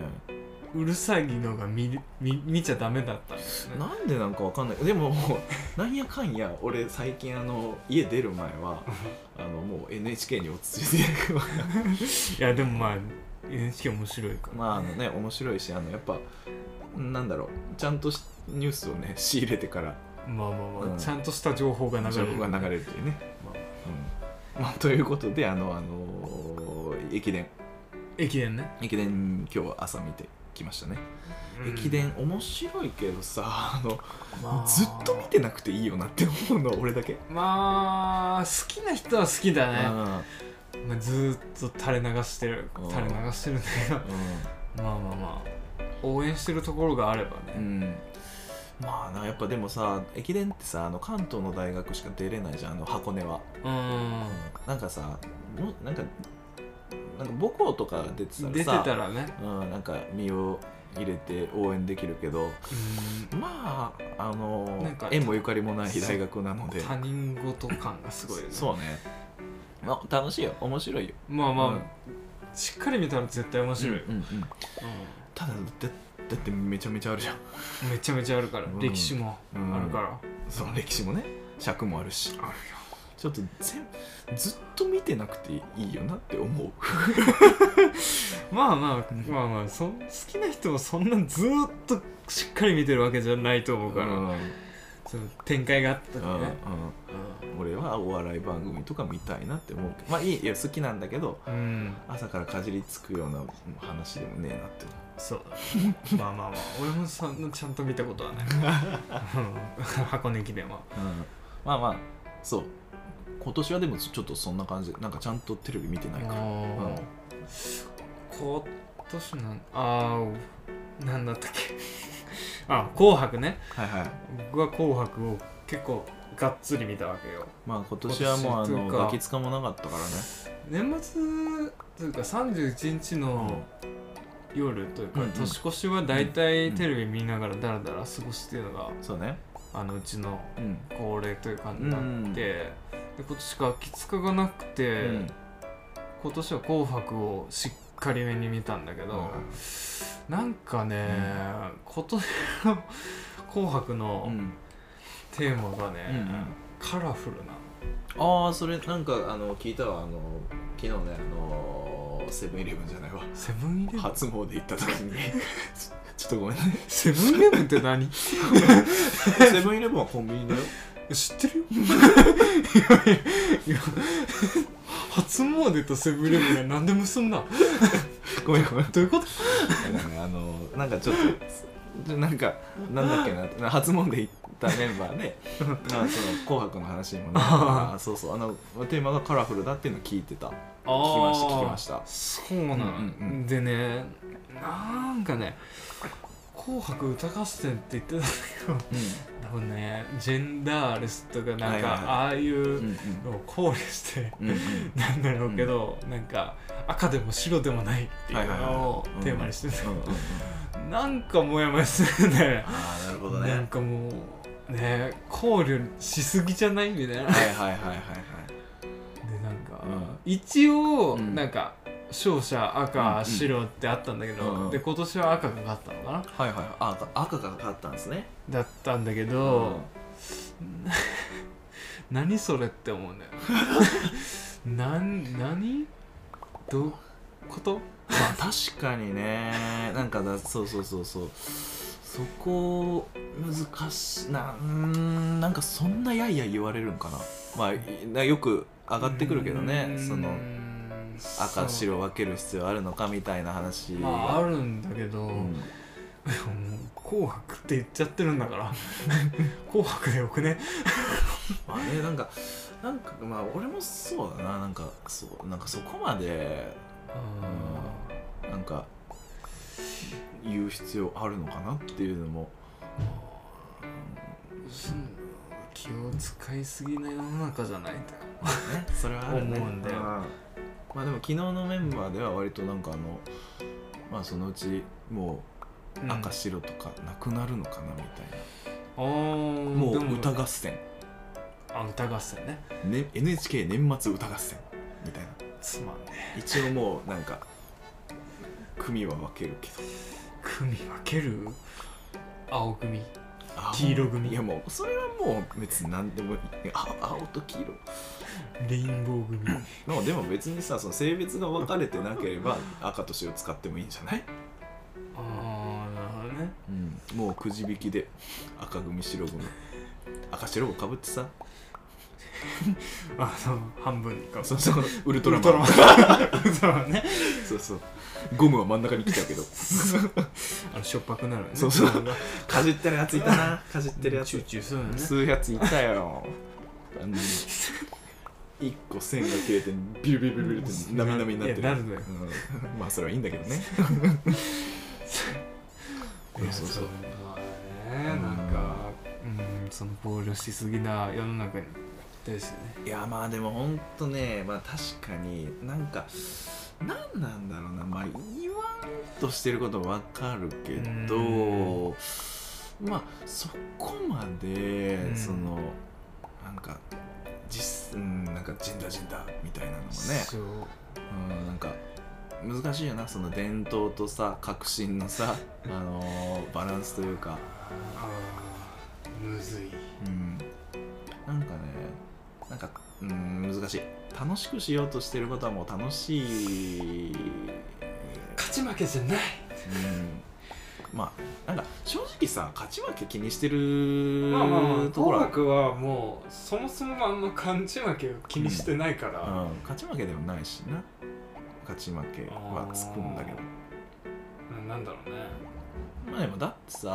S1: うるさいのが見見見ちゃダメだったんだよね
S2: なんでなんかわかんないでも [LAUGHS] なんやかんや俺最近あの家出る前
S1: [LAUGHS]
S2: はあのもう NHK に落ち着い
S1: い
S2: て
S1: やでもまあ NHK 面白いから、
S2: まああのね面白いしあのやっぱなんだろうちゃんとしニュースをね [LAUGHS] 仕入れてから
S1: まあまあまあ、
S2: うん
S1: ちゃんとした情報が流れ
S2: 情
S1: る
S2: 報が流れるというね、うんまあ、ということであの、あのー駅伝
S1: 駅伝ね、
S2: 駅伝今日は朝見てきましたね、
S1: うん
S2: 駅伝面白いけどさあの
S1: まあ
S2: ずっと見てなくていいよなって思 [LAUGHS] うのは俺だけ、
S1: まあ好きな人は好きだ
S2: う
S1: ね、
S2: ん
S1: まあ、ずーっと垂れ流してる
S2: うん
S1: 垂れ流してるんだけどまあまあまあ応援してるところがあればね、
S2: うんまあなやっぱでもさ駅伝ってさあの関東の大学しか出れないじゃんあの箱根は、
S1: うん
S2: なんかさもなんかなんか母校とか出てたらさ
S1: 出てたらね
S2: うん、なんか身を入れて応援できるけどまああの
S1: なんか
S2: 縁もゆかりもない大学なの
S1: う
S2: で
S1: ん他人事感がすごいよね
S2: そうね、まあ、楽しいよ面白いよ
S1: まあまあ、
S2: うん
S1: しっかり見たら絶対面白い、
S2: うんうんただだだってめちゃめちゃあるじゃん [LAUGHS]
S1: うんめちゃめちゃあるから、
S2: うん
S1: 歴史もあるから、
S2: その歴史もね尺もあるし
S1: あるよ
S2: ちょっと全ずっと見てなくていいよなって思う
S1: まあまあ
S2: うん
S1: まあまあそ好きな人もそんなずーっとしっかり見てるわけじゃないと思うから、
S2: うんうん
S1: その展開があった時ね、
S2: うん俺はお笑い番組とか見たいなって思うけどまあいいいや好きなんだけど
S1: うん、
S2: 朝からかじりつくような話でもねえなって思う
S1: そうだねまあまあまあ俺もそんなちゃんと見たことはないうん箱根駅伝は
S2: うんまあまあそう今年はでもちょっとそんな感じなんかちゃんとテレビ見てないから
S1: あー今年なんあーなんだったっけあ紅白ね
S2: はいはい
S1: 僕は紅白を結構がっつり見たわけよ
S2: まあ今年はもう
S1: 今
S2: あ
S1: 年
S2: の
S1: というか
S2: ガキつかもなかったからね
S1: 年末というか31日の夜というか、
S2: うんうん
S1: 年越しは大体テレビ見ながらダラダラ過ごすっていうのが、
S2: そうね
S1: あのうちの
S2: うん
S1: 恒例という感じになって、で今年ガキ使がなくて、
S2: うん
S1: 今年は「紅白」をしっかりめに見たんだけど、なんかね、今年の [LAUGHS] 「紅白」
S2: う
S1: の
S2: ん
S1: テーマがね、
S2: うんうん
S1: カラフルな
S2: ああそれなんかあの聞いたわあの昨日ねあのセブンイレブンじゃないわ
S1: セブンイレブン
S2: 初詣行った時 [LAUGHS] にちょちょっとごめん [LAUGHS] ね
S1: セブンイレブンって
S2: [LAUGHS]
S1: 何
S2: セブンイレブンはコンビニだよ
S1: 知ってるよ [LAUGHS] いやいやいや初詣とセブンイレブンが何で結んだ
S2: ごめんごめん
S1: どういうこと
S2: だからねあのなんかちょっとなんかなんだっけな初詣行ったメンバ
S1: [LAUGHS]
S2: ーで「まあその紅白」の話にもね
S1: あー
S2: あそうそうあのテーマがカラフルだっていうのを聞いてた
S1: 聞
S2: きました聞きました
S1: そうなん、
S2: うんうんう
S1: でねなんかね「紅白歌合戦」って言ってたんだけど [LAUGHS]
S2: う
S1: 多分ねジェンダーレスとかなんか、
S2: はいはいはい
S1: ああいうん
S2: うん
S1: のを考慮して
S2: うんうん
S1: なんだろうけど、なんか赤でも白でもないっていうのを
S2: はいはいはいうん
S1: テーマにしてて、
S2: うんうんうん
S1: なんかモヤモヤするんだよね
S2: ああなるほどね
S1: なんかもうね考慮しすぎじゃないみたいなで
S2: はいはいはいはいはい
S1: なんか、
S2: うん
S1: 一応、
S2: うん
S1: なんか勝者
S2: うんう
S1: 赤
S2: ん
S1: 白ってあったんだけど、
S2: うんうん
S1: で今年は赤が勝ったのかな
S2: はいはいあ赤赤がかかったんですね
S1: だったんだけ
S2: う
S1: ど、何それって思うんだよ [LAUGHS] なん何どうこと
S2: まあ確かにねなんかだそうそうそうそうそこ難しいなうーんなんかそんなやいやい言われるんかなまあいなよく上がってくるけどねその赤白分ける必要あるのかみたいな話
S1: まああるんだけど、
S2: う
S1: もうん紅白って言っちゃってるんだから [LAUGHS] 紅白でよくね
S2: まあねなんかなんかまあ俺もそうだななんかそうなんかそこまでなんか言う必要あるのかなっていうのも
S1: 気を使いすぎな世の中じゃないと
S2: ねそれはあるね
S1: 思うんだよ
S2: うまあでも昨日のメンバーでは割となんかあのまあそのうちもう赤白とかなくなるのかなみたい
S1: ああ
S2: な、も
S1: も
S2: う歌合戦、
S1: あ歌合戦ね
S2: ね、NHK 年末歌合戦みたいな
S1: つまんね
S2: 一応もうなんか組は分けるけど
S1: 組分ける青組黄色組
S2: いやもうそれはもう別に何でもいいあ青と黄色
S1: レインボー組
S2: まあでも別にさその性別が分かれてなけれ [LAUGHS] ば赤と白使ってもいいんじゃない、
S1: ああなるほどね
S2: もうくじ引きで赤組白 [LAUGHS] 組赤白をかぶってさ
S1: あそう半分にか
S2: そう [LAUGHS] そうウル
S1: ウ
S2: トラ
S1: ル
S2: マ
S1: ト
S2: ン
S1: ラマンウルトラ [LAUGHS] マンね
S2: そうそうゴムは真ん中に来ちゃうけど
S1: あのしょっぱくなるよね
S2: そうそう
S1: ゴムが
S2: かじってるやついた [LAUGHS] なかじってるや
S1: チュ
S2: つ
S1: ーチューするのね
S2: 吸うやついた [LAUGHS] よあの1個線が切れてビルビルビルビルってなみなみになってる
S1: いやなるのよ
S2: うんまあそれはいいんだけ [LAUGHS] どね
S1: いや
S2: そうそう
S1: まあねなんかうんその暴力しすぎな世の中にですよね
S2: いやまあでもほんとねまあ確かになんか何なんだろうなまあ言わんとしてることわかるけど、
S1: う
S2: まあそこまで、
S1: うん
S2: そのなんか実うんなんかジェンダージェンダーみたいなのもね
S1: そう
S2: うんなんか難しいよなその伝統とさ革新
S1: [LAUGHS]
S2: のさ、あのーバランスというか、
S1: あーむずい
S2: うん、なんかねなんか、うん、難しい楽しくしようとしてることはもう楽しい、
S1: 勝ち負けじゃない
S2: うん、まあなんか正直さ勝ち負け気にしてる
S1: まあまあまあ
S2: とこ
S1: 紅
S2: ろは、
S1: 白はもうそもそもあんま勘違いを気にしてないから、
S2: うん、勝ち負けでもないしな勝ち負けはつくんだけど
S1: ななんだろうね
S2: まあでもだってさ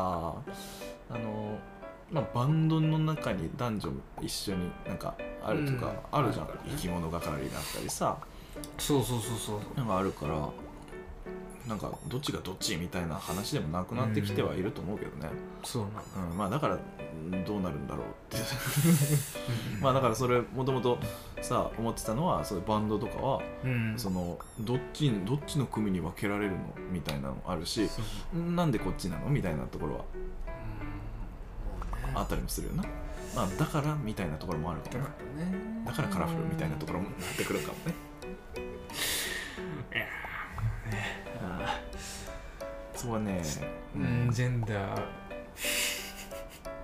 S2: あの、まあ、バンドの中に男女一緒になんかあるとか
S1: うん
S2: あるじゃん、
S1: あるからね
S2: 生き物係だったりさ
S1: そうそうそうそう
S2: なんかあるからなんかどっちがどっちみたいな話でもなくなってきてはいると思うけどね、
S1: そうなんだ、
S2: うんまあだからうんどうなるんだろう [LAUGHS] ってまあだからそれもともとさ思ってたのはそのバンドとかは
S1: うん
S2: そ
S1: の
S2: のどっちどっちの組に分けられるのみたいなのあるしなんでこっちなのみたいなところはあったりもするよな、まあ、だからみたいなところもあるか
S1: だ
S2: も
S1: か
S2: ね
S1: らね
S2: だからカラフルみたいなところもなってくるかもねそこはね、
S1: ろうんジェンダー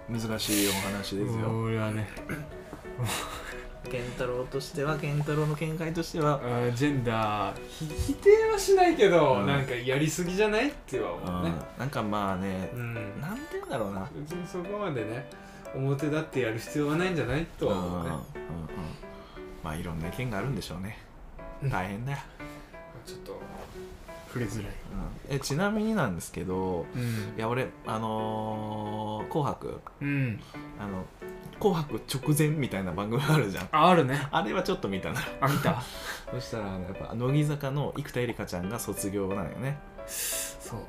S2: 難しいお話ですよ
S1: 俺はね
S2: 健太郎としては健太郎の見解としては
S1: あジェンダーひ否定はしないけど、
S2: うん
S1: なんかやりすぎじゃないっては思うね
S2: なんかまあね
S1: う、ん
S2: なんて言うんだろうな
S1: 別にそこまでね表立ってやる必要はないんじゃないとは思うね
S2: うんうんうんまあいろんな意見があるんでしょうね
S1: うん
S2: 大変だよ、
S1: ちょっと触れづらい
S2: うんえちなみになんですけど
S1: うん
S2: いや俺あのー紅白
S1: うん
S2: あの「紅白直前」みたいな番組あるじゃん
S1: ああるね
S2: あれはちょっと見たな
S1: あ見た
S2: そしたらあのやっぱ乃木坂の生田絵梨花ちゃんが卒業なのよね
S1: そう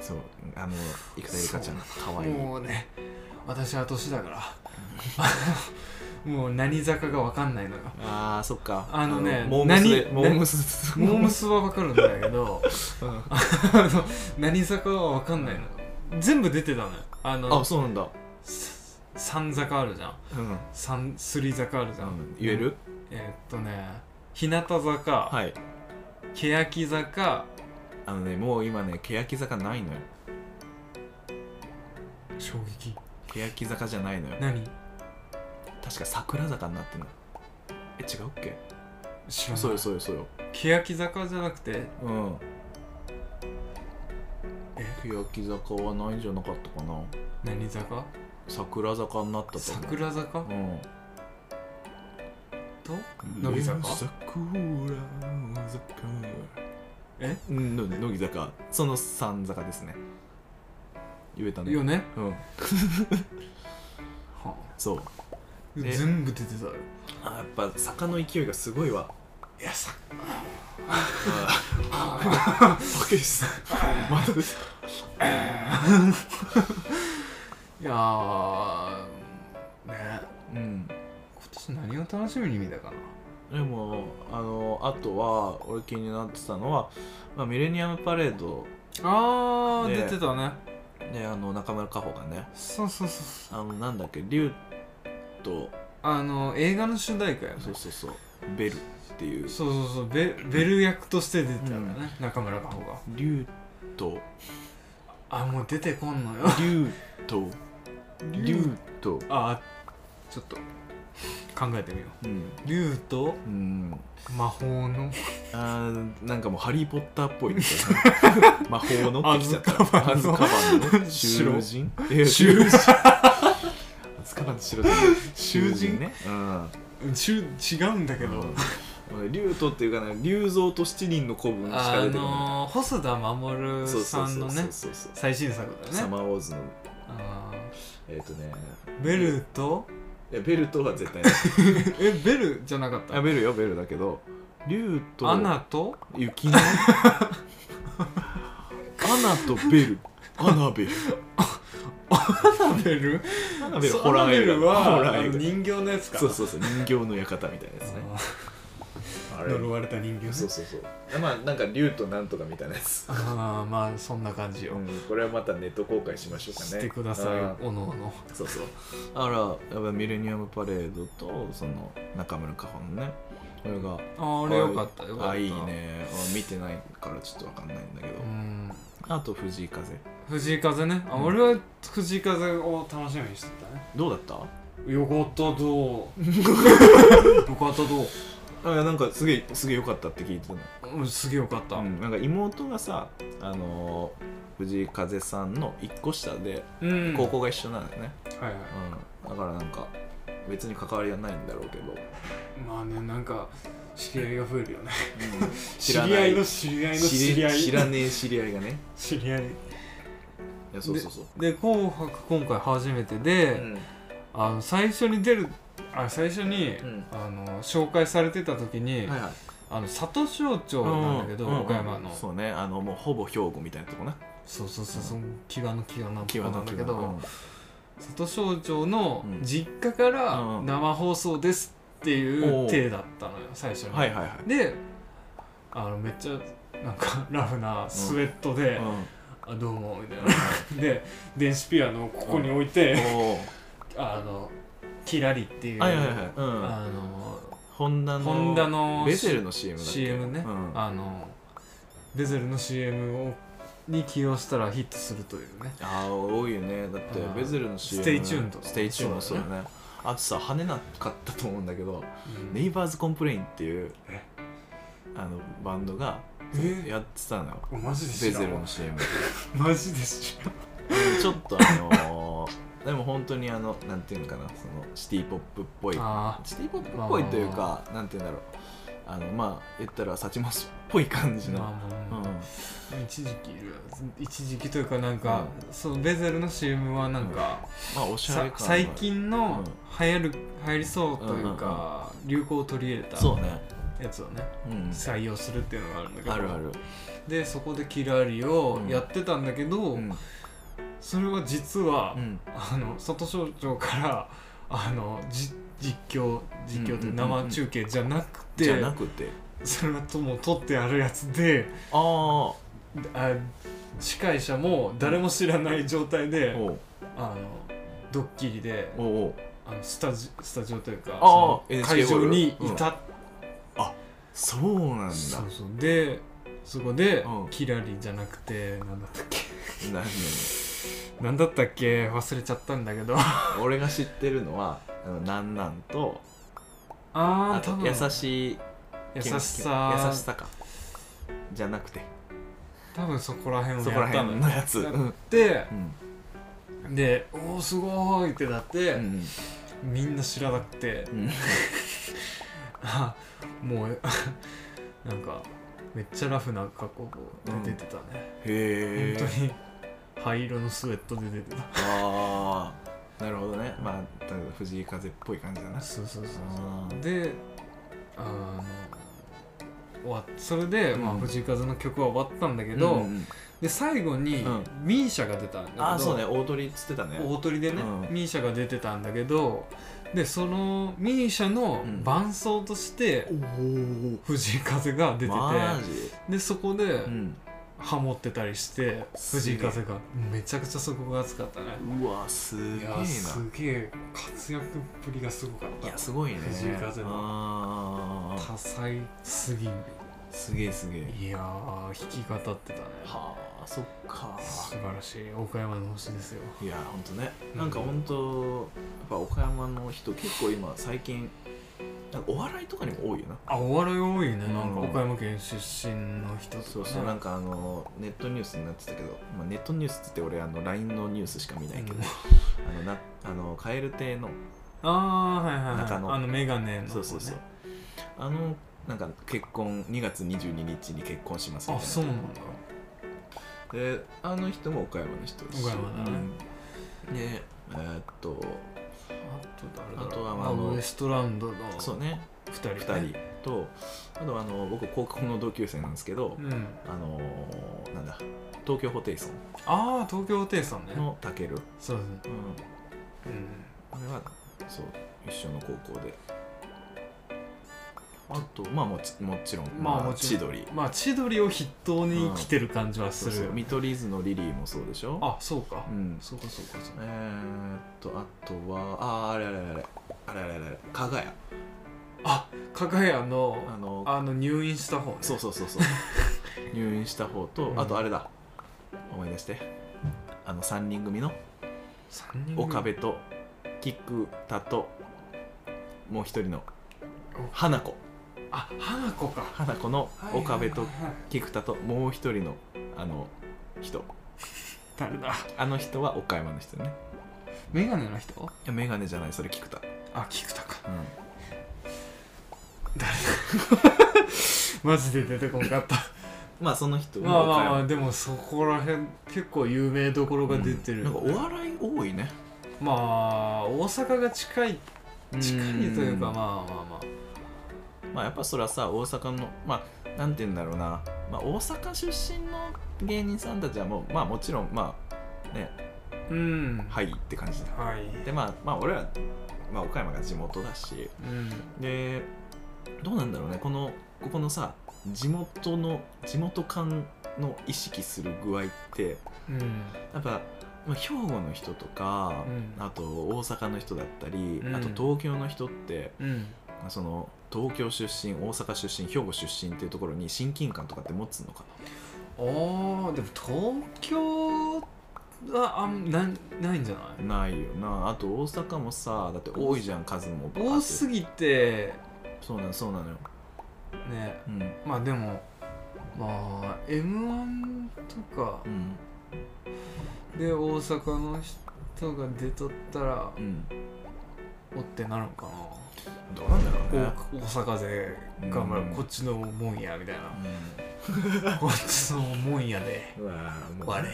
S2: そうあの生田絵梨花ちゃんかわいい
S1: もうね私は年だから [LAUGHS] もう何坂がわかんないのよ
S2: あーそっか
S1: あのね
S2: モームスで
S1: 何
S2: モームス
S1: モー
S2: [LAUGHS]
S1: ムスはわかるんだけど
S2: うん
S1: あの何坂はわかんないのよ全部出てたのよあの
S2: あそうなんだ
S1: 三坂あるじゃん
S2: うん、うん、
S1: 三すり坂あるじゃん、
S2: 言える
S1: えーっとね日向坂、
S2: はい
S1: 欅坂
S2: あのねもう今ね欅坂ないのよ
S1: 衝撃
S2: 欅坂じゃないのよ
S1: 何
S2: 確か桜坂になってるのえ違うっけ
S1: 知らない
S2: そうよそうよそうよ
S1: 欅坂じゃなくて
S2: うん
S1: え
S2: 欅坂はないんじゃなかったかな
S1: 何坂
S2: 桜坂になったと思う
S1: 桜坂
S2: うん
S1: と乃木坂
S2: 桜坂
S1: え
S2: うんの乃木坂その三坂ですね言えたね
S1: よね、
S2: うん
S1: は
S2: そう
S1: あ
S2: で
S1: 全部出てたよ
S2: あーやっぱ坂の勢いがすごいわ
S1: いやさ
S2: [LAUGHS] たけしさんまたです
S1: いやーね
S2: うん
S1: 今年何を楽しみに見たかな
S2: でもあのあとは俺気になってたのは、まあ、ミレニアムパレード
S1: あー
S2: ね
S1: 出てたね
S2: であの中村佳穂がね
S1: そうそうそうそう
S2: あのなんだっけ竜と
S1: あの映画の主題歌やね
S2: そうそうそうベルっていう
S1: そうそうそうベベル役として出てたよね、中村佳穂が
S2: 竜と
S1: あもう出てこんのよ
S2: 竜と竜と
S1: あちょっと考えてみよ
S2: うん
S1: う竜と
S2: うん
S1: 魔法 [LAUGHS] の
S2: あーなんかもう「ハリー・ポッター」っぽ [LAUGHS] いみたいな魔法のってきちゃった
S1: アズカバンの
S2: アズカバンの
S1: 白
S2: 囚人え
S1: 囚人
S2: アズカバンの白人
S1: 囚人
S2: ねうん
S1: ちゅ違うんだけど、
S2: 俺竜とっていうかな竜像と七人の子分しか
S1: あ
S2: 出てこない
S1: のー、細田守
S2: そうそ
S1: さ
S2: うそ
S1: んの
S2: うそ
S1: ね
S2: うそうそう
S1: 最新作だ
S2: サ
S1: よね
S2: マーウォーズの
S1: あ
S2: えっ、とね
S1: ーベルと [LAUGHS]
S2: いやベルとは絶対ない
S1: えベルじゃなかっ
S2: [LAUGHS] あベルよベルだけど竜と
S1: たアナと
S2: 雪のアナとベルアナベル
S1: アナベル
S2: アナ
S1: そうアナベルは
S2: ホラー
S1: あ
S2: 映
S1: の
S2: 画
S1: 人形のやつか
S2: そうそうそう人形の館みたいなやつね
S1: あ
S2: あ
S1: ー呪われた人形ね
S2: そうそうそうまあなんか竜となんとかみたいなやつ、
S1: ああまあそんな感じよ、
S2: うん、これはまたネット公開しましょうかね
S1: してください
S2: うん
S1: おのおの
S2: そうそうあらやっぱミレニアムパレードとその中村佳穂のねこれが
S1: あーあれよかったよかった
S2: あいいねあ見てないからちょっとわかんないんだけど、
S1: うん
S2: あと藤井風
S1: 藤井風ねあ、
S2: うん
S1: 俺は藤井風を楽しみにしてたね
S2: どうだった
S1: よかった [LAUGHS] どうよかったどう
S2: あいやなんかすげえすげえ良かったって聞いてたの
S1: うんすげえよかった、
S2: うん、なんか妹がさあのー藤井風さんの一個下で
S1: うん
S2: 高校が一緒なんだよね、
S1: はいはい
S2: うんだからなんか別に関わりはないんだろうけど、
S1: まあねなんか知り合いが増えるよね
S2: [LAUGHS] 知らない
S1: 知り合
S2: 知り知らねえ知り合いがね
S1: 知り合い
S2: いやそうそうそう
S1: で「紅白」今回初めてで、
S2: うん
S1: あの最初に出るあ最初に、
S2: うん
S1: あの紹介されてた時に、
S2: はいはい
S1: あの佐藤省庁なんだけど、
S2: うう
S1: 岡山の、
S2: そうねあのもうほぼ兵庫みたいなとこな
S1: そうそうそうそう木場の木場の木
S2: 基
S1: 場
S2: 本
S1: なんだけど、
S2: うん
S1: 佐藤省庁の
S2: うん
S1: 実家から
S2: うん
S1: 生放送ですっていう体だったのよ最初に、
S2: はいはいはい
S1: であのめっちゃなんかラフなスウェットで
S2: うん
S1: 「あどうも」みたいなで電子ピアノをここに [LAUGHS] 置いて、
S2: [LAUGHS] お
S1: あのキラリっていう、
S2: ーはいはいはいうん
S1: あの
S2: ホンダの
S1: ホンダの
S2: ベゼルの CM だっけ
S1: CM ね、
S2: うんあ
S1: あのベゼルの CM をに起用したらヒットするというね
S2: あ多いよねだって
S1: うん
S2: ベゼルの CM
S1: ステイチューンと
S2: ステイチューンも
S1: そ
S2: そうう
S1: だ
S2: だねあとさ跳ねなかったと思うんだけど
S1: うん
S2: ネイバーズコンプレインっていう
S1: え
S2: あのバンドが
S1: え
S2: やってたのよ
S1: マジで
S2: ベ
S1: 知ら
S2: ゼ
S1: ん
S2: ル
S1: わ [LAUGHS]
S2: の CM
S1: マジで知らん
S2: ちょっとあのー、でも本当にあのなんていうのかなそのシティポップっぽい
S1: あ
S2: シティポップっぽいというかなんていうんだろうあのまあ言ったらサチモスっぽい感じ
S1: ーまあまあ
S2: の、
S1: まあ
S2: うん、
S1: 一時期一時期というかなんか、そのベゼルの CM はなんか、
S2: まあおしゃ
S1: さ
S2: れ感が
S1: 最近の流行る、流行りそうというか、流行を取り入れた
S2: そうね、
S1: やつをね
S2: うん、
S1: 採用するっていうのがあるんだけど
S2: あるある、
S1: でそこでキラリをやってたんだけど、
S2: うん
S1: それは実は、
S2: うん
S1: あの外省庁からあのじ実況実況といううん
S2: うんうんうん
S1: 生中継じゃなくて、
S2: じゃなくて
S1: それはとも撮ってあるやつで
S2: ああお
S1: あ司会者も誰も知らない状態で、
S2: うおう
S1: あのドッキリで
S2: おう
S1: あのスタジスタジオというか
S2: あー
S1: その
S2: NHK
S1: 会場にいた、
S2: そうなんだ
S1: そうそうでそこで、
S2: うん
S1: キラリじゃなくて何だったっけ
S2: なんで
S1: 何だったっけ忘れちゃったんだけど
S2: 俺が知ってるのはあのなんなんと
S1: あ
S2: あ
S1: あ多
S2: と
S1: 分
S2: 優しい
S1: 優しさ
S2: 優しさかじゃなくて
S1: 多分そこら辺を
S2: そ
S1: や
S2: こら
S1: った
S2: 辺
S1: の
S2: のやつ
S1: や
S2: うん
S1: で
S2: うん
S1: でおおすごーいってなって、
S2: うん
S1: みんな知らなくて
S2: うん
S1: あ [LAUGHS] もう [LAUGHS] なんかめっちゃラフな格好で出てたね、
S2: へ
S1: 本当に灰色のスウェットで出てた
S2: ああなるほどねまあだから藤井風っぽい感じだな
S1: そうそうそう
S2: あ
S1: そう
S2: ー
S1: であの終わっそれで、まあ、
S2: うん
S1: 藤井風の曲は終わったんだけ
S2: け
S1: ど、
S2: ど、
S1: で最後に
S2: うん
S1: ミーシャが出たんだけど、
S2: ああそうね大鳥っつってたね
S1: 大鳥でね、
S2: うん
S1: ミーシャが出てたんだけどでそのミーシャの
S2: うん
S1: 伴奏として
S2: お
S1: 藤井風が出てて、
S2: マジ
S1: でそこで
S2: うん
S1: ハモってたりして
S2: すげ
S1: 藤
S2: え
S1: 井風がめちゃくちゃそこが熱かったね
S2: うわす
S1: い
S2: げえ
S1: や
S2: な
S1: すげえ活躍ぶりがすごかっ
S2: いや
S1: た
S2: すごいね
S1: 藤井風の
S2: の
S1: 多彩すぎる
S2: すげえすげえ
S1: いやー弾き語ってたね
S2: はあそっか
S1: 素晴らしい岡山の星ですよ
S2: いやほんとねなんかほんとやっぱ岡山の人結構今最近なんかお笑いとかにも多いよな
S1: あお笑い多いねなんか
S2: うん
S1: 岡山県出身の人とかね
S2: そうそうなんかあのネットニュースになってたけど、まあ、ネットニュースって俺あの LINE のニュースしか見ないけど、
S1: うん
S2: あのなあの蛙亭の
S1: あーはいはい、はい、
S2: 中野
S1: あのメガネの、ね、
S2: そうそうそうあのなんか結婚2月22日に結婚しますみ
S1: あ
S2: たいな
S1: そうなんだ
S2: であの人も岡山の人です
S1: 岡山だね
S2: うんでえーっと
S1: あと誰だろう
S2: あとは
S1: ま
S2: あ
S1: あ
S2: の
S1: ウエストランドの2
S2: そ
S1: 人
S2: うね
S1: ね、
S2: 2人とあとはあの僕高校の同級生なんですけど、
S1: うん、
S2: あのーなんだ東京ホテイソ
S1: ああ東京ホテイさんね
S2: ンのたける、
S1: そうですね
S2: うん
S1: うん
S2: あれはそう一緒の高校であとまあもちもちろん、
S1: まあもちろん
S2: 千鳥
S1: まあ千鳥を筆頭に生きてる感じはす
S2: そう
S1: る、
S2: そう見取り図のリリーもそうでしょ
S1: あそうか、
S2: うん
S1: そうかそうかそう
S2: え
S1: か
S2: ー、っとあとはあーあれあれあれあれあれあれあれ加賀屋
S1: あ加賀屋の
S2: あの
S1: あの入院した方ね
S2: そうそ
S1: [LAUGHS]
S2: うそうそう入院した方と、
S1: うん
S2: あとあれだ思い出してあの3人組の
S1: 三人組
S2: 岡部と菊田ともう一人の花子
S1: あ花子か
S2: 花子の岡部と
S1: はいはいはいはい
S2: 菊田ともう一人のあの人
S1: 誰だ
S2: あの人は岡山の人ね
S1: メガネの人
S2: いや眼鏡じゃないそれ菊田、
S1: あ菊田か
S2: うん、
S1: マジで出てこなかった
S2: まあその人
S1: まあまあま
S2: あ
S1: あでもそこら辺結構有名どころが出てる、
S2: なんかお笑い多いね
S1: まあ大阪が近い近いというかまあ
S2: ん
S1: まあまあ
S2: まあやっぱそれはさ大阪のまあなんて言うんだろうな、まあ、大阪出身の芸人さんたちはもうまあもちろんまあね
S1: うんは
S2: はいって感じだ
S1: い、
S2: でまあまあ俺ら、まあ、岡山が地元だし
S1: うん、
S2: でどうなんだろうねこのここのさ地元の地元感の意識する具合って
S1: うん
S2: やっぱまあ兵庫の人とか、
S1: うん
S2: あと大阪の人だったり、
S1: うん
S2: あと東京の人って
S1: うん
S2: まあその東京出身大阪出身兵庫出身っていうところに親近感とかって持つのか
S1: ああでも東京はあんなんないんじゃない
S2: なないよなあと大阪もさだって多いじゃん数もバーって
S1: 多すぎて
S2: そうなのそうなのよ、
S1: ね
S2: うん
S1: まあでもまあ m 1とか
S2: うん
S1: で大阪の人が出とったら
S2: うん、
S1: おってなるのかな
S2: どうなんだろうね
S1: 大大阪で頑張る、
S2: うん
S1: こっちのもんやみたいな
S2: う
S1: こっちのもんやで
S2: んうわーもう
S1: 我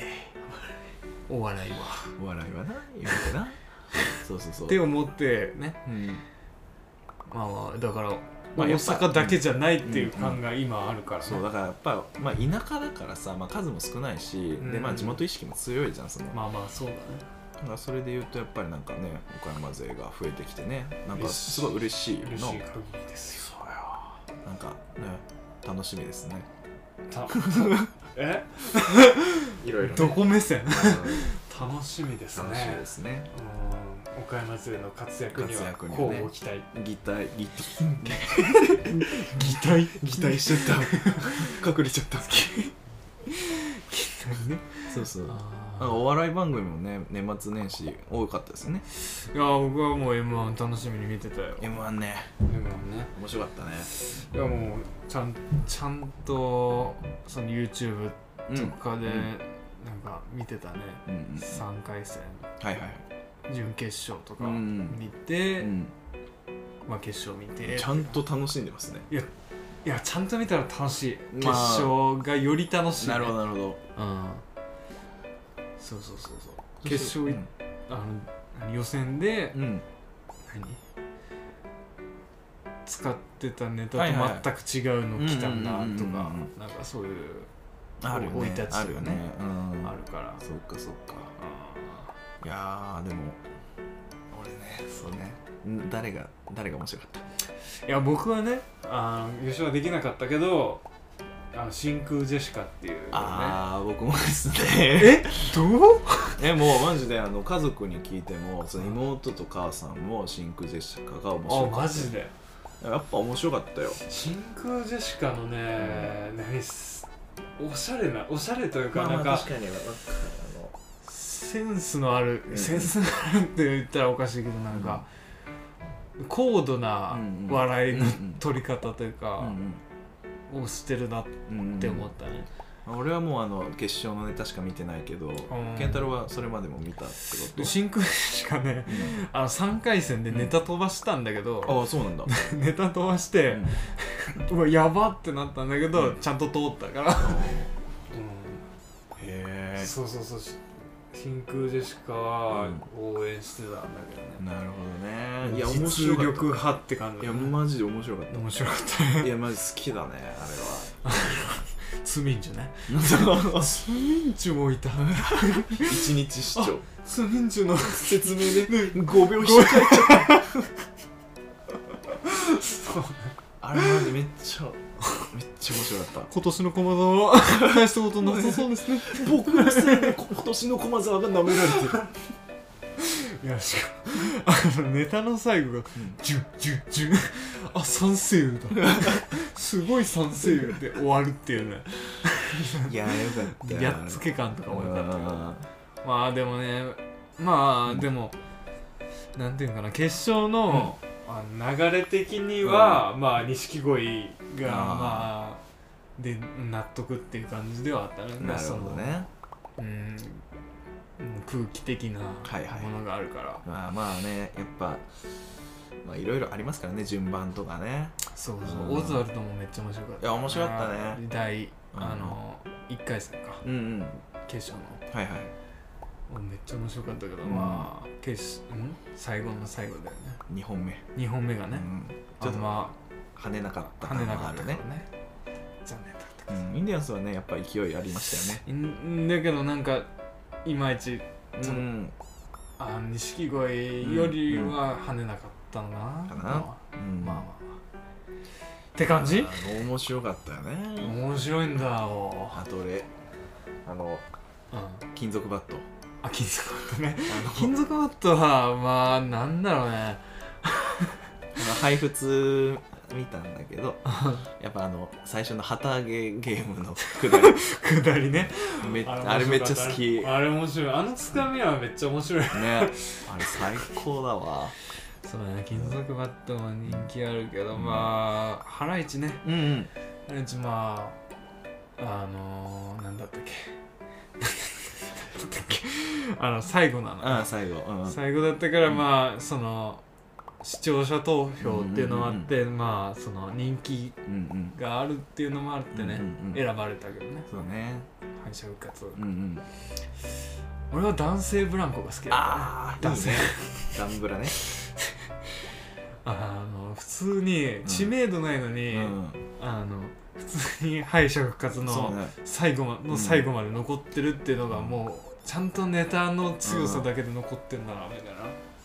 S1: お笑いは
S2: お笑いはな言うてなそうそうそう
S1: って思ってね
S2: うん
S1: まあまあだから、
S2: まあ
S1: 大
S2: やっぱ
S1: 阪だけじゃないっていう感が今あるからね、
S2: そうだからやっぱ、まあ、田舎だからさ、まあ、数も少ないし、
S1: ん
S2: でまあ、地元意識も強いじゃんその、
S1: まあまあそうだね
S2: だからそれで言うとやっぱりなんかね岡山勢が増えてきてねなんかすごい嬉しいの
S1: 嬉しい限りですよ
S2: なんかね楽しみですね
S1: たえ
S2: いろい
S1: どこ目線
S2: 楽
S1: 楽しみです
S2: しみ
S1: ね
S2: ですね
S1: うん岡山勢の活躍に
S2: 活
S1: は
S2: 躍にはね
S1: こうご期待
S2: 擬態擬
S1: 期待
S2: 擬態しちゃった
S1: [LAUGHS]
S2: 隠れちゃった
S1: 期待ね
S2: [LAUGHS] そうそうなん
S1: あ
S2: か
S1: ー
S2: お笑い番組もね年末年始多かったですね
S1: いや僕はもう m 1楽しみに見てたよ
S2: m 1ね
S1: M1 ね
S2: 面白かったね
S1: いやもうちゃんちゃんとその YouTube
S2: う
S1: と
S2: ん
S1: かで
S2: うん
S1: なんか見てたね、
S2: うんうん
S1: 3回戦
S2: はいはい
S1: 準決勝とか
S2: うん
S1: 見て、
S2: うん
S1: まあ、決勝見て
S2: ちゃんと楽しんでますね
S1: いやちゃんと見たら楽しい決
S2: まあ
S1: 勝がより楽しいね、
S2: なるほどなるほど
S1: うんそうそうそうそう決勝い、
S2: うん
S1: あの何予選で
S2: うん
S1: 何使ってたネ
S2: はいはい
S1: タと全く違うの来たんだ
S2: うんうんうんう
S1: と
S2: ん
S1: かなんかそういう
S2: あるよ
S1: 生い
S2: ね
S1: 立ちとか
S2: あるよねうん
S1: あるから
S2: そっかそっかいやーでも俺ねそうねん誰が誰が面白かった
S1: いや僕はねあの優勝はできなかったけどあの真空ジェシカっていうね
S2: あー僕もです [LAUGHS] ね
S1: えどう
S2: えもうマジであの家族に聞いてもその妹と母さんも真空ジェシカが面
S1: あ
S2: 白かった
S1: マジで
S2: やっぱ面白かったよ
S1: 真空ジェシカのね何すおしゃれなおしゃれというか、なんか
S2: かにあ
S1: センスのある、
S2: うん
S1: センスのあるって言ったらおかしいけどなんか、高度な
S2: うんうん
S1: 笑いの
S2: うんうん
S1: 取り方というか
S2: の、
S1: をしてるなっ
S2: うんうん
S1: て思ったね、
S2: 俺はもうあの決勝のネタしか見てないけど
S1: ん
S2: 健太郎はそれまでも見たってこと
S1: で真空ジェシカねあの3回戦でネタ飛ばしたんだけど、
S2: ああそうな
S1: [LAUGHS]
S2: んだ
S1: ネタ飛ばして、うわやばってなったんだけど、
S2: うん
S1: ちゃんと通ったから、
S2: へ
S1: そうそうそうし真空ジェシカは応援してたんだけどね、
S2: えなるほどね
S1: い
S2: いや
S1: や
S2: 面
S1: 面
S2: 白
S1: 白
S2: か
S1: か
S2: っ
S1: ったた力派って感じ
S2: いやマジで面白かっ
S1: 面白かったた
S2: い
S1: ね
S2: やマジ好きだね
S1: [LAUGHS]
S2: あ
S1: ツミンジュね
S2: れは
S1: ツミンジュもいた
S2: 一日視聴
S1: ツミンジュの
S2: 説明で5秒引っかえちゃったあれマジめっちゃめっちゃ面白かっ
S1: 今年の駒沢は大したことなさそうですね
S2: た僕のせいで今年の駒沢が舐められてる
S1: いやしかもあのネタの最後が「ジュンジュンジュン」あ三声優だすごい三声優で終わるっていうね
S2: いやよかったよ
S1: やっつけ感とかもよかったけど
S2: あ
S1: まあでもねまあでも、なんていうのかな決勝の、あ流れ的には、まあ錦鯉が
S2: あー
S1: まあで納得っていう感じではあったね
S2: ーなるほどね
S1: そのうん空気的なも
S2: はいはい
S1: のがあるから、
S2: まあまあねやっぱまあいろいろありますからね順番とかね
S1: そうそう、
S2: う
S1: オ
S2: ん
S1: ズワルドもめっちゃ面白かった
S2: いや面白かったね
S1: 第
S2: うん
S1: あの、1回戦か
S2: うんうん
S1: 決勝
S2: はいはい
S1: のめっちゃ面白かったけど、
S2: うん
S1: まあ決勝ん最後の最後だよね
S2: 2本目
S1: 2本目が
S2: う
S1: ね、
S2: んち
S1: ち
S2: ょ
S1: ょっ
S2: っと
S1: と
S2: ま
S1: まあ
S2: あ跳ねなかった
S1: 跳ねなかったから
S2: 感がある
S1: ね残念だったか
S2: うんインディアンスはねやっぱ勢いありましたよね
S1: らんだけどなんかいまいちうん
S2: ん
S1: あ錦鯉よりは跳ねなかったのかな、
S2: か
S1: まあまあ
S2: なま
S1: まあって感じ
S2: あ面白かったよね
S1: 面白いんだよ、
S2: あと俺あの
S1: うん、
S2: 金属バット
S1: あ金属バットね
S2: あの
S1: 金属バットはまあなんだろうね
S2: 配布通見たんだけ [LAUGHS] どやっぱあの最初の旗揚げゲー [LAUGHS] ムのくだり
S1: くだりね
S2: めっあれめっちゃ好きね
S1: あれ面白いあのつかみはめっちゃ面白い
S2: あれ最高だわ
S1: そうだね金属バットも人気あるけど、まあハライチね
S2: うんうん
S1: あれうちまああのー、なんだったっけ [LAUGHS] なんだったっけあの最後なの、
S2: あ最後うんうん
S1: 最後だったから、まあその視聴者投票っていうのもあって、まあその人気
S2: うん
S1: があるっていうのもあってね、
S2: うんうんうん
S1: 選ばれたけどね
S2: そうね
S1: 敗者復活、
S2: うんうん
S1: 俺は男性ブランコが好きだったあ
S2: ああいい
S1: ダ
S2: ね
S1: サい
S2: ダンブラね
S1: あの普通に知名度ないの
S2: う
S1: に、
S2: ん
S1: あの普通に敗者復活
S2: そう
S1: の
S2: ね
S1: 最後ま
S2: うん
S1: の最後まで残ってるっていうのがもうちゃんとネタの強さだけで残ってんだなみたいな、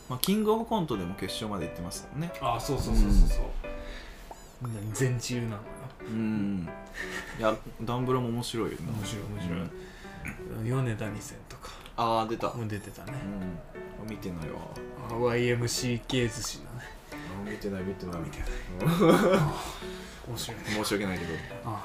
S2: まあキングオブコントでも決勝まで行ってますもんね
S1: ああそうそうそうそうそう、全治癒なのよ
S2: うんいやダンブラも面白いよね
S1: 面白い面白い、米田二千とか
S2: ああ出た
S1: も出てたね、
S2: うん見てないわ
S1: あ YMCK 寿司のね
S2: 見てない見てない
S1: 見てない面白いね
S2: 申し訳ないけど
S1: あ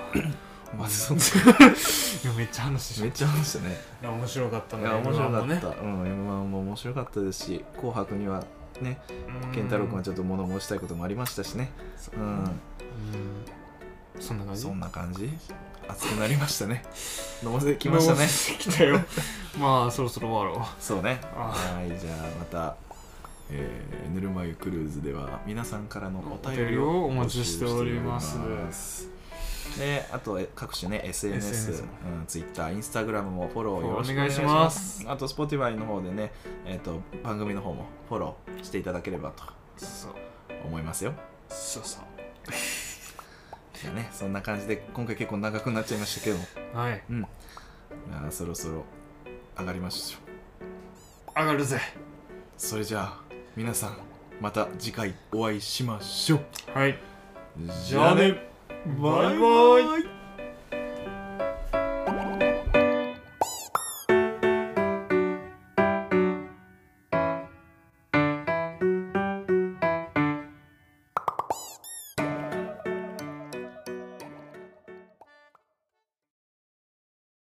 S2: まずそ
S1: [LAUGHS]
S2: ん
S1: あいやめっちゃ話してしま
S2: めっちゃ話したね
S1: ったいや面白かった
S2: い
S1: ね
S2: や面白かった、
S1: M1
S2: うん m 1も面白かったですし「紅白」にはね
S1: もね
S2: 健太郎君は
S1: ち
S2: ちょっと物申したいこともありましたしね、
S1: そううんうんそんな感じ
S2: そんな感じ熱くなりましたね [LAUGHS] 飲ませてきましたね
S1: 来たよまあそろそろ終わろう
S2: そうね
S1: あ
S2: はいじゃあまたえー、ぬるま湯クルーズでは皆さんからのお便り
S1: お便り
S2: を
S1: をお待ちしております
S2: 募集しておりますであとえ各種ね SNS、
S1: SNS も
S2: うん、Twitter、Instagram もフォローよろしくお
S1: お
S2: 願
S1: 願
S2: い
S1: い
S2: し
S1: し
S2: ま
S1: ますす
S2: あと Spotify の方でね、えー、と番組の方もフォローしていただければと
S1: そう
S2: 思いますよ
S1: そうそう
S2: じゃあねそんな感じで今回結構長くなっちゃいましたけども
S1: はい
S2: うんあーそろそろ上がりましょう
S1: 上がるぜ
S2: それじゃあ皆さんまた次回お会いしましょう
S1: はい
S2: じゃあね
S1: バイバイ
S2: イ